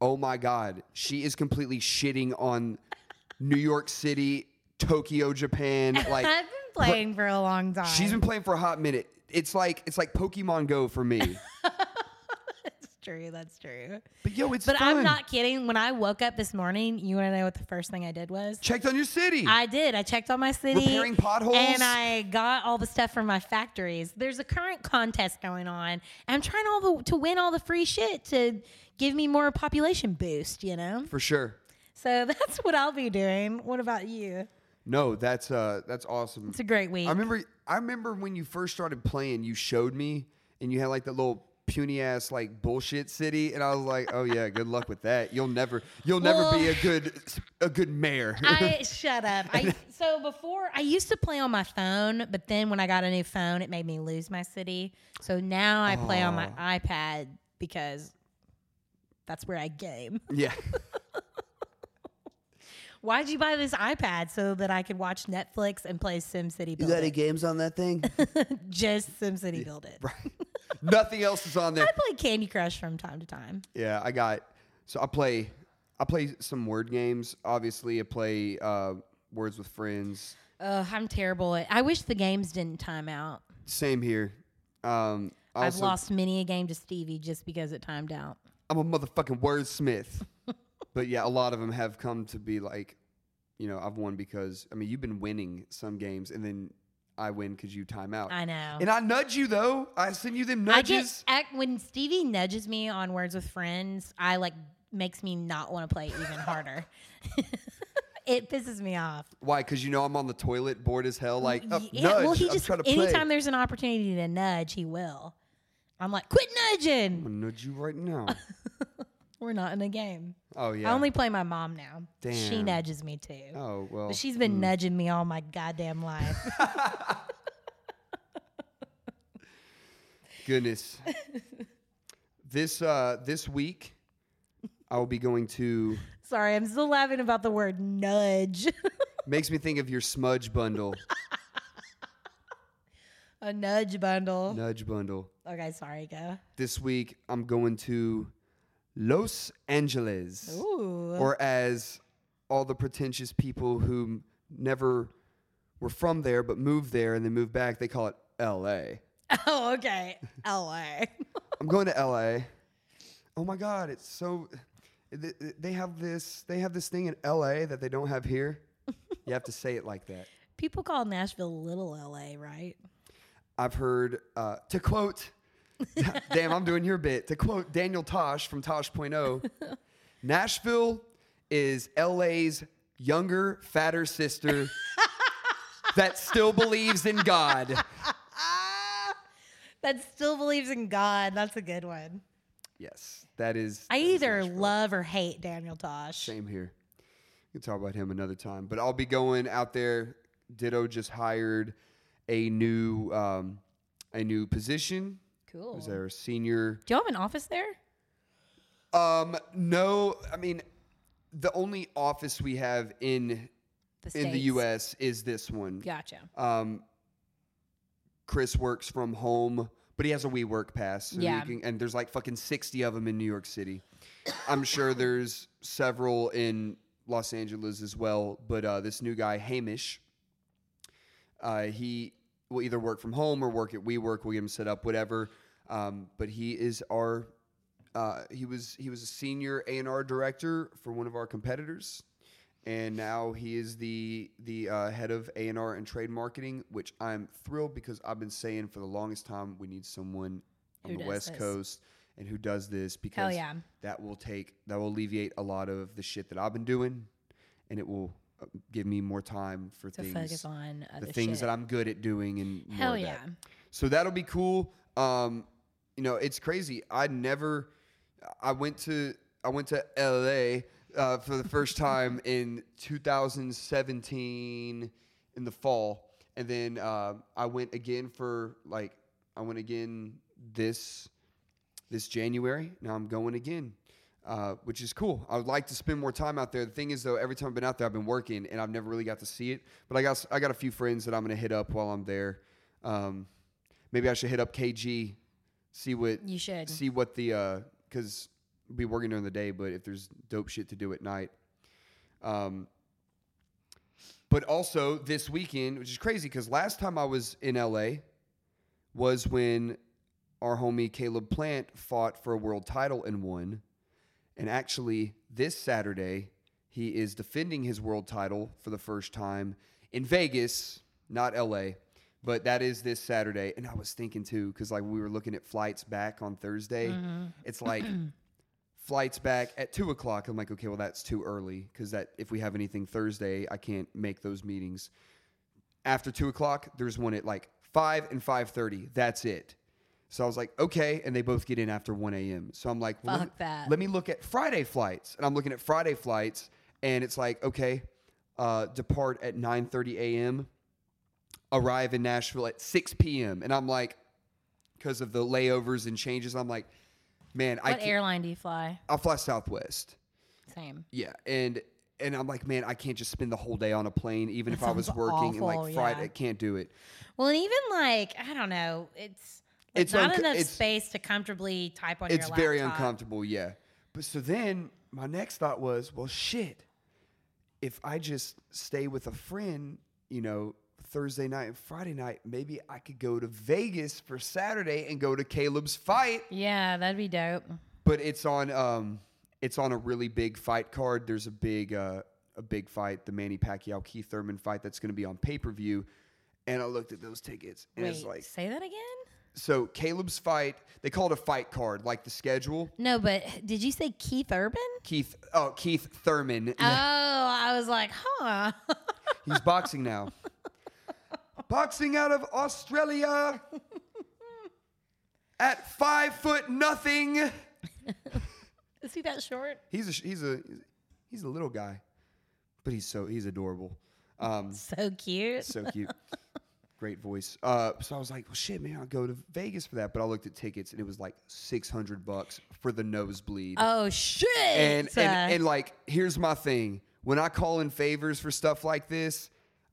S1: Oh my God. She is completely shitting on New York City, Tokyo, Japan. Like
S2: I've been playing for a long time.
S1: she's been playing for a hot minute. It's like it's like Pokemon Go for me.
S2: that's true. That's true.
S1: But yo, it's
S2: But I'm
S1: fun.
S2: not kidding. When I woke up this morning, you want to know what the first thing I did was?
S1: checked on your city.
S2: I did. I checked on my city.
S1: Repairing potholes?
S2: And I got all the stuff from my factories. There's a current contest going on. and I'm trying all the to win all the free shit to give me more population boost, you know?
S1: for sure.
S2: So that's what I'll be doing. What about you?
S1: No, that's uh that's awesome.
S2: It's a great week.
S1: I remember I remember when you first started playing, you showed me and you had like that little puny ass like bullshit city and I was like, "Oh yeah, good luck with that. You'll never you'll
S2: Well-
S1: never be a good a good mayor."
S2: I shut up. I so before I used to play on my phone, but then when I got a new phone, it made me lose my city. So now I play on my iPad because that's where I game.
S1: yeah.
S2: Why'd you buy this iPad so that I could watch Netflix and play SimCity Build It?
S1: games on that thing?
S2: Just SimCity Build It.
S1: Nothing else is on there.
S2: I play Candy Crush from time to time.
S1: Yeah, I got so I play I play some word games. Obviously, I play uh, Words with Friends.
S2: Ugh, I'm terrible at. I wish the games didn't time out.
S1: Same here. Um, I
S2: I've
S1: also,
S2: lost many a game to Stevie just because it timed out.
S1: I'm a motherfucking wordsmith. but yeah, a lot of them have come to be like, you know, I've won because I mean, you've been winning some games, and then I win because you time out.
S2: I know.
S1: and I nudge you though. I send you them
S2: I
S1: nudges.
S2: just act, when Stevie nudges me on Words with Friends, I like makes me not want to play even harder. it pisses me off.
S1: Why? Because you know I'm on the toilet, bored as hell. Like, uh,
S2: yeah,
S1: nudge.
S2: well, he
S1: I'm
S2: just
S1: trying to
S2: anytime
S1: play.
S2: there's an opportunity to nudge, he will. I'm like, quit nudging.
S1: I'm gonna nudge you right now.
S2: We're not in a game.
S1: Oh yeah.
S2: I only play my mom now. She
S1: Damn.
S2: nudges me too.
S1: oh well.
S2: But she's been nudging me all my goddamn life.
S1: Goodness. this uh, this week, I will be going to.
S2: Sorry, I'm still laughing about the word nudge.
S1: Makes me think of your smudge bundle,
S2: a nudge bundle.
S1: nudge bundle.
S2: Okay, sorry, go.
S1: This week, I'm going to Los Angeles,
S2: Ooh. uh.
S1: or as all the pretentious people who never were from there but moved there and then moved back, they call it L.A.
S2: oh, okay. LA.
S1: I'm going to LA. Oh my God, it's so. th- th- They have this. They have this thing in LA that they don't have here. You have to say it like that.
S2: People call Nashville Little LA, right?
S1: I've heard. Uh, to quote, damn, I'm doing your bit. To quote Daniel Tosh from Tosh.0, Nashville is LA's younger, fatter sister that still believes in God.
S2: Ah, that still believes in God. That's a good one.
S1: Yes, that is.
S2: I
S1: that is
S2: either
S1: Nashville.
S2: love or hate Daniel Tosh.
S1: Same here. We can talk about him another time. But I'll be going out there. Ditto just hired a new um, a new position.
S2: Cool.
S1: Was there a senior?
S2: Do y'all have an office there?
S1: Um, no, I mean the only office we have in
S2: The
S1: in the
S2: States.
S1: U.S. is this one.
S2: Gotcha.
S1: Um, Chris works from home, but he has a WeWork pass. so you
S2: Yeah.
S1: can- and there's like fucking 60 of them in New York City. I'm sure there's several in Los Angeles as well. But uh, this new guy, Hamish, uh, he will either work from home or work at WeWork. We'll get him set up, whatever. Um, but he is our. Uh, he was he was a senior A and R director for one of our competitors, and now he is the the uh, head of A and R and trade marketing, which I'm thrilled because I've been saying for the longest time we need someone on
S2: Who
S1: the
S2: does
S1: West
S2: this.
S1: Coast and who does this because
S2: yeah.
S1: that will take that will alleviate a lot of the shit that I've been doing, and it will uh, give me more time for
S2: To
S1: things
S2: focus on other
S1: the things
S2: shit.
S1: that I'm good at doing and more
S2: Hell
S1: of
S2: yeah.
S1: that. So that'll be cool. Um, you know, it's crazy. I never I went to I went to LA uh, for the first time in 2017 in the fall, and then uh, I went again for like I went again this this January. Now I'm going again, uh, which is cool. I would like to spend more time out there. The thing is, though, every time I've been out there, I've been working, and I've never really got to see it. But I got s- I got a few friends that I'm gonna hit up while I'm there. Um, maybe I should hit up KG, see what
S2: You should.
S1: see what the because be working during the day, but if there's dope shit to do at night. Um, but also this weekend, which is crazy because last time I was in LA was when our homie Caleb Plant fought for a world title and won. And actually, this Saturday, he is defending his world title for the first time in Vegas, not LA. But that is this Saturday. And I was thinking too, because like we were looking at flights back on Thursday. It's like flights back at two o'clock. I'm like, okay, well, that's too early because that if we have anything Thursday, I can't make those meetings. After two o'clock, there's one at like five and five thirty. That's it. So I was like, okay, and they both get in after one a.m. So I'm like, well,
S2: Fuck
S1: let, me-
S2: that.
S1: let me look at Friday flights, and I'm looking at Friday flights, and it's like, okay, uh, depart at nine thirty a.m. Arrive in Nashville at six p.m. And I'm like, because of the layovers and changes, I'm like, man, I
S2: What
S1: can't,
S2: airline do you fly?
S1: I'll fly Southwest.
S2: Same.
S1: Yeah, and and I'm like, man, I can't just spend the whole day on a plane, even if I was
S2: sounds
S1: working and
S2: awful,
S1: like Friday,
S2: yeah.
S1: I can't do it.
S2: Well, and even like I don't know, it's like,
S1: It's
S2: not
S1: unco-
S2: enough
S1: it's-
S2: space to comfortably type on your
S1: It's
S2: laptop.
S1: very uncomfortable. Yeah, but so then my next thought was, well, shit. If I just stay with a friend, you know, Thursday night and Friday night, maybe I could go to Vegas for Saturday and go to Caleb's fight.
S2: Yeah, that'd be dope.
S1: But it's on um it's on a really big fight card. There's a big uh a big fight, the Manny Pacquiao Keith Thurman fight that's going to be on pay-per-view. And I looked at those tickets and
S2: Wait,
S1: it's like
S2: say that again?
S1: so Caleb's fight, they call it a fight card, like the schedule.
S2: No, but did you say Keith Urban?
S1: Keith oh Keith Thurman.
S2: Oh, I was like, huh.
S1: He's boxing now. boxing out of Australia at five foot nothing.
S2: Is he that short?
S1: He's a sh- he's a he's a little guy, but he's so he's adorable. Um,
S2: So cute.
S1: so cute. Great voice. Uh, so I was like, well, shit, man, I'll go to Vegas for that. But I looked at tickets and it was like 600 bucks for the nosebleed.
S2: oh shit.
S1: and, and
S2: Uh,
S1: and like here's my thing when i call in favors for stuff like this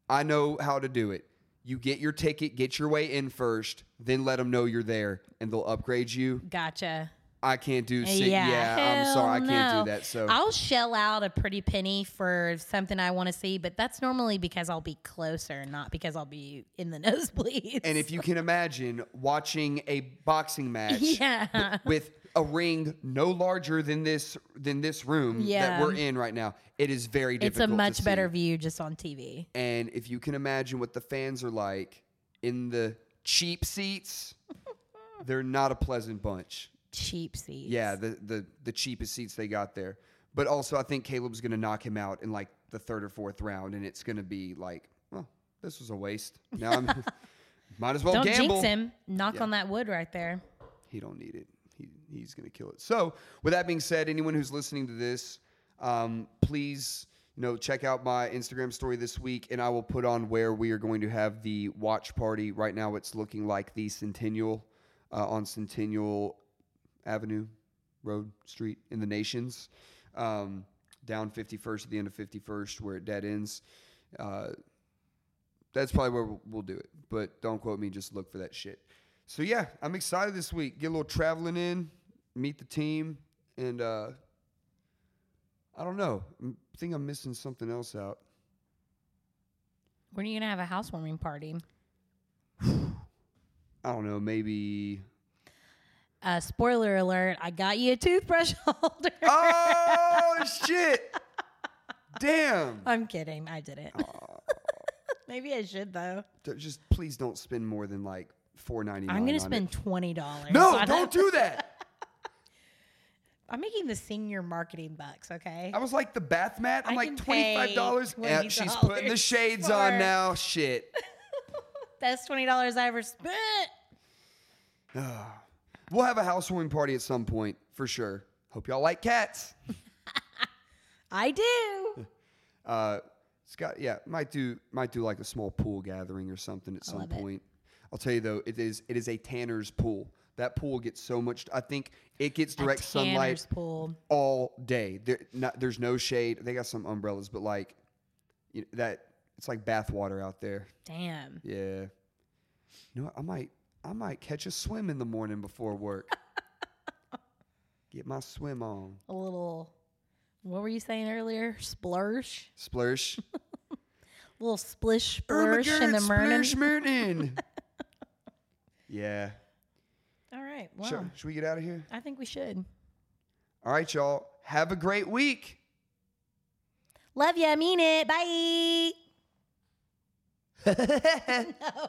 S1: i know how to do it you get your ticket get your way in first then let them know you're there and they'll upgrade you
S2: gotcha.
S1: i can't do si- yeah, i'm
S2: Uh, Hell
S1: sorry i can't do
S2: no.
S1: that so
S2: I'll shell out a pretty penny for something I want to see, but that's normally because I'll be closer, not because I'll be in the nosebleeds.
S1: and if you can imagine watching a boxing match
S2: yeah,
S1: with a ring no larger than this than this room that
S2: Yeah.
S1: we're in right now it is very
S2: it's
S1: difficult
S2: a
S1: to
S2: much better
S1: see.
S2: view just on TV.
S1: And if you can imagine what the fans are like in the cheap seats, they're not a pleasant bunch.
S2: Cheap seats.
S1: Yeah, the, the, the cheapest seats they got there. But also, I think Caleb's going to knock him out in like the third or fourth round, and it's going to be like, well, this was a waste. Now I'm might as well
S2: Don't
S1: gamble.
S2: jinx him. Knock on that wood right there.
S1: He don't need it. He, he's going to kill it. So, with that being said, anyone who's listening to this, um, please, you know, check out my Instagram story this week, and I will put on where we are going to have the watch party. Right now, it's looking like the Centennial uh, on Centennial Avenue, Road, Street in the Nations, um, down 51st at the end of 51st, where it dead ends. Uh, that's probably where we'll- we'll do it. But don't quote me. Just look for that shit. So yeah, I'm excited this week. Get a little traveling in, meet the team, and uh, I don't know. I think I'm missing something else out.
S2: When are you gonna have a housewarming party?
S1: I don't know. Maybe.
S2: Uh, spoiler alert: I got you a toothbrush holder.
S1: Oh shit! Damn.
S2: I'm kidding. I didn't. Maybe I should though.
S1: D- Just please don't spend more than like four ninety nine.
S2: I'm gonna spend twenty dollars.
S1: No, don't do that.
S2: I'm making the senior marketing bucks. Okay.
S1: I was like the bath mat. I'm
S2: I
S1: like
S2: can
S1: twenty five
S2: pay
S1: dollars. she's putting the
S2: $20
S1: shades on
S2: for-
S1: now. Shit.
S2: That's twenty dollars I ever spent.
S1: We'll have a housewarming party at some point for sure. Hope y'all like cats.
S2: I do.
S1: Uh, Scott, yeah, might do might do like a small pool gathering or something at some
S2: love it.
S1: point. I'll tell you though, it is it is a tanner's pool. That pool gets so much. I think it gets direct sunlight
S2: Tanner's pool.
S1: all day. There, not, there's no shade. They got some umbrellas, but like you that, it's like bath water out there.
S2: Damn.
S1: Yeah. You know what? I might I might catch a swim in the morning before work. Get my swim on.
S2: A little. What were you saying earlier? Splurge.
S1: Splurge.
S2: A little splish splurge in
S1: Ermagerd
S2: the morning.
S1: Splurge Merton. yeah.
S2: All right. Wow.
S1: Sure. Should we get out of here?
S2: I think we should.
S1: All right, y'all. Have a great week.
S2: Love ya. Mean it. Bye.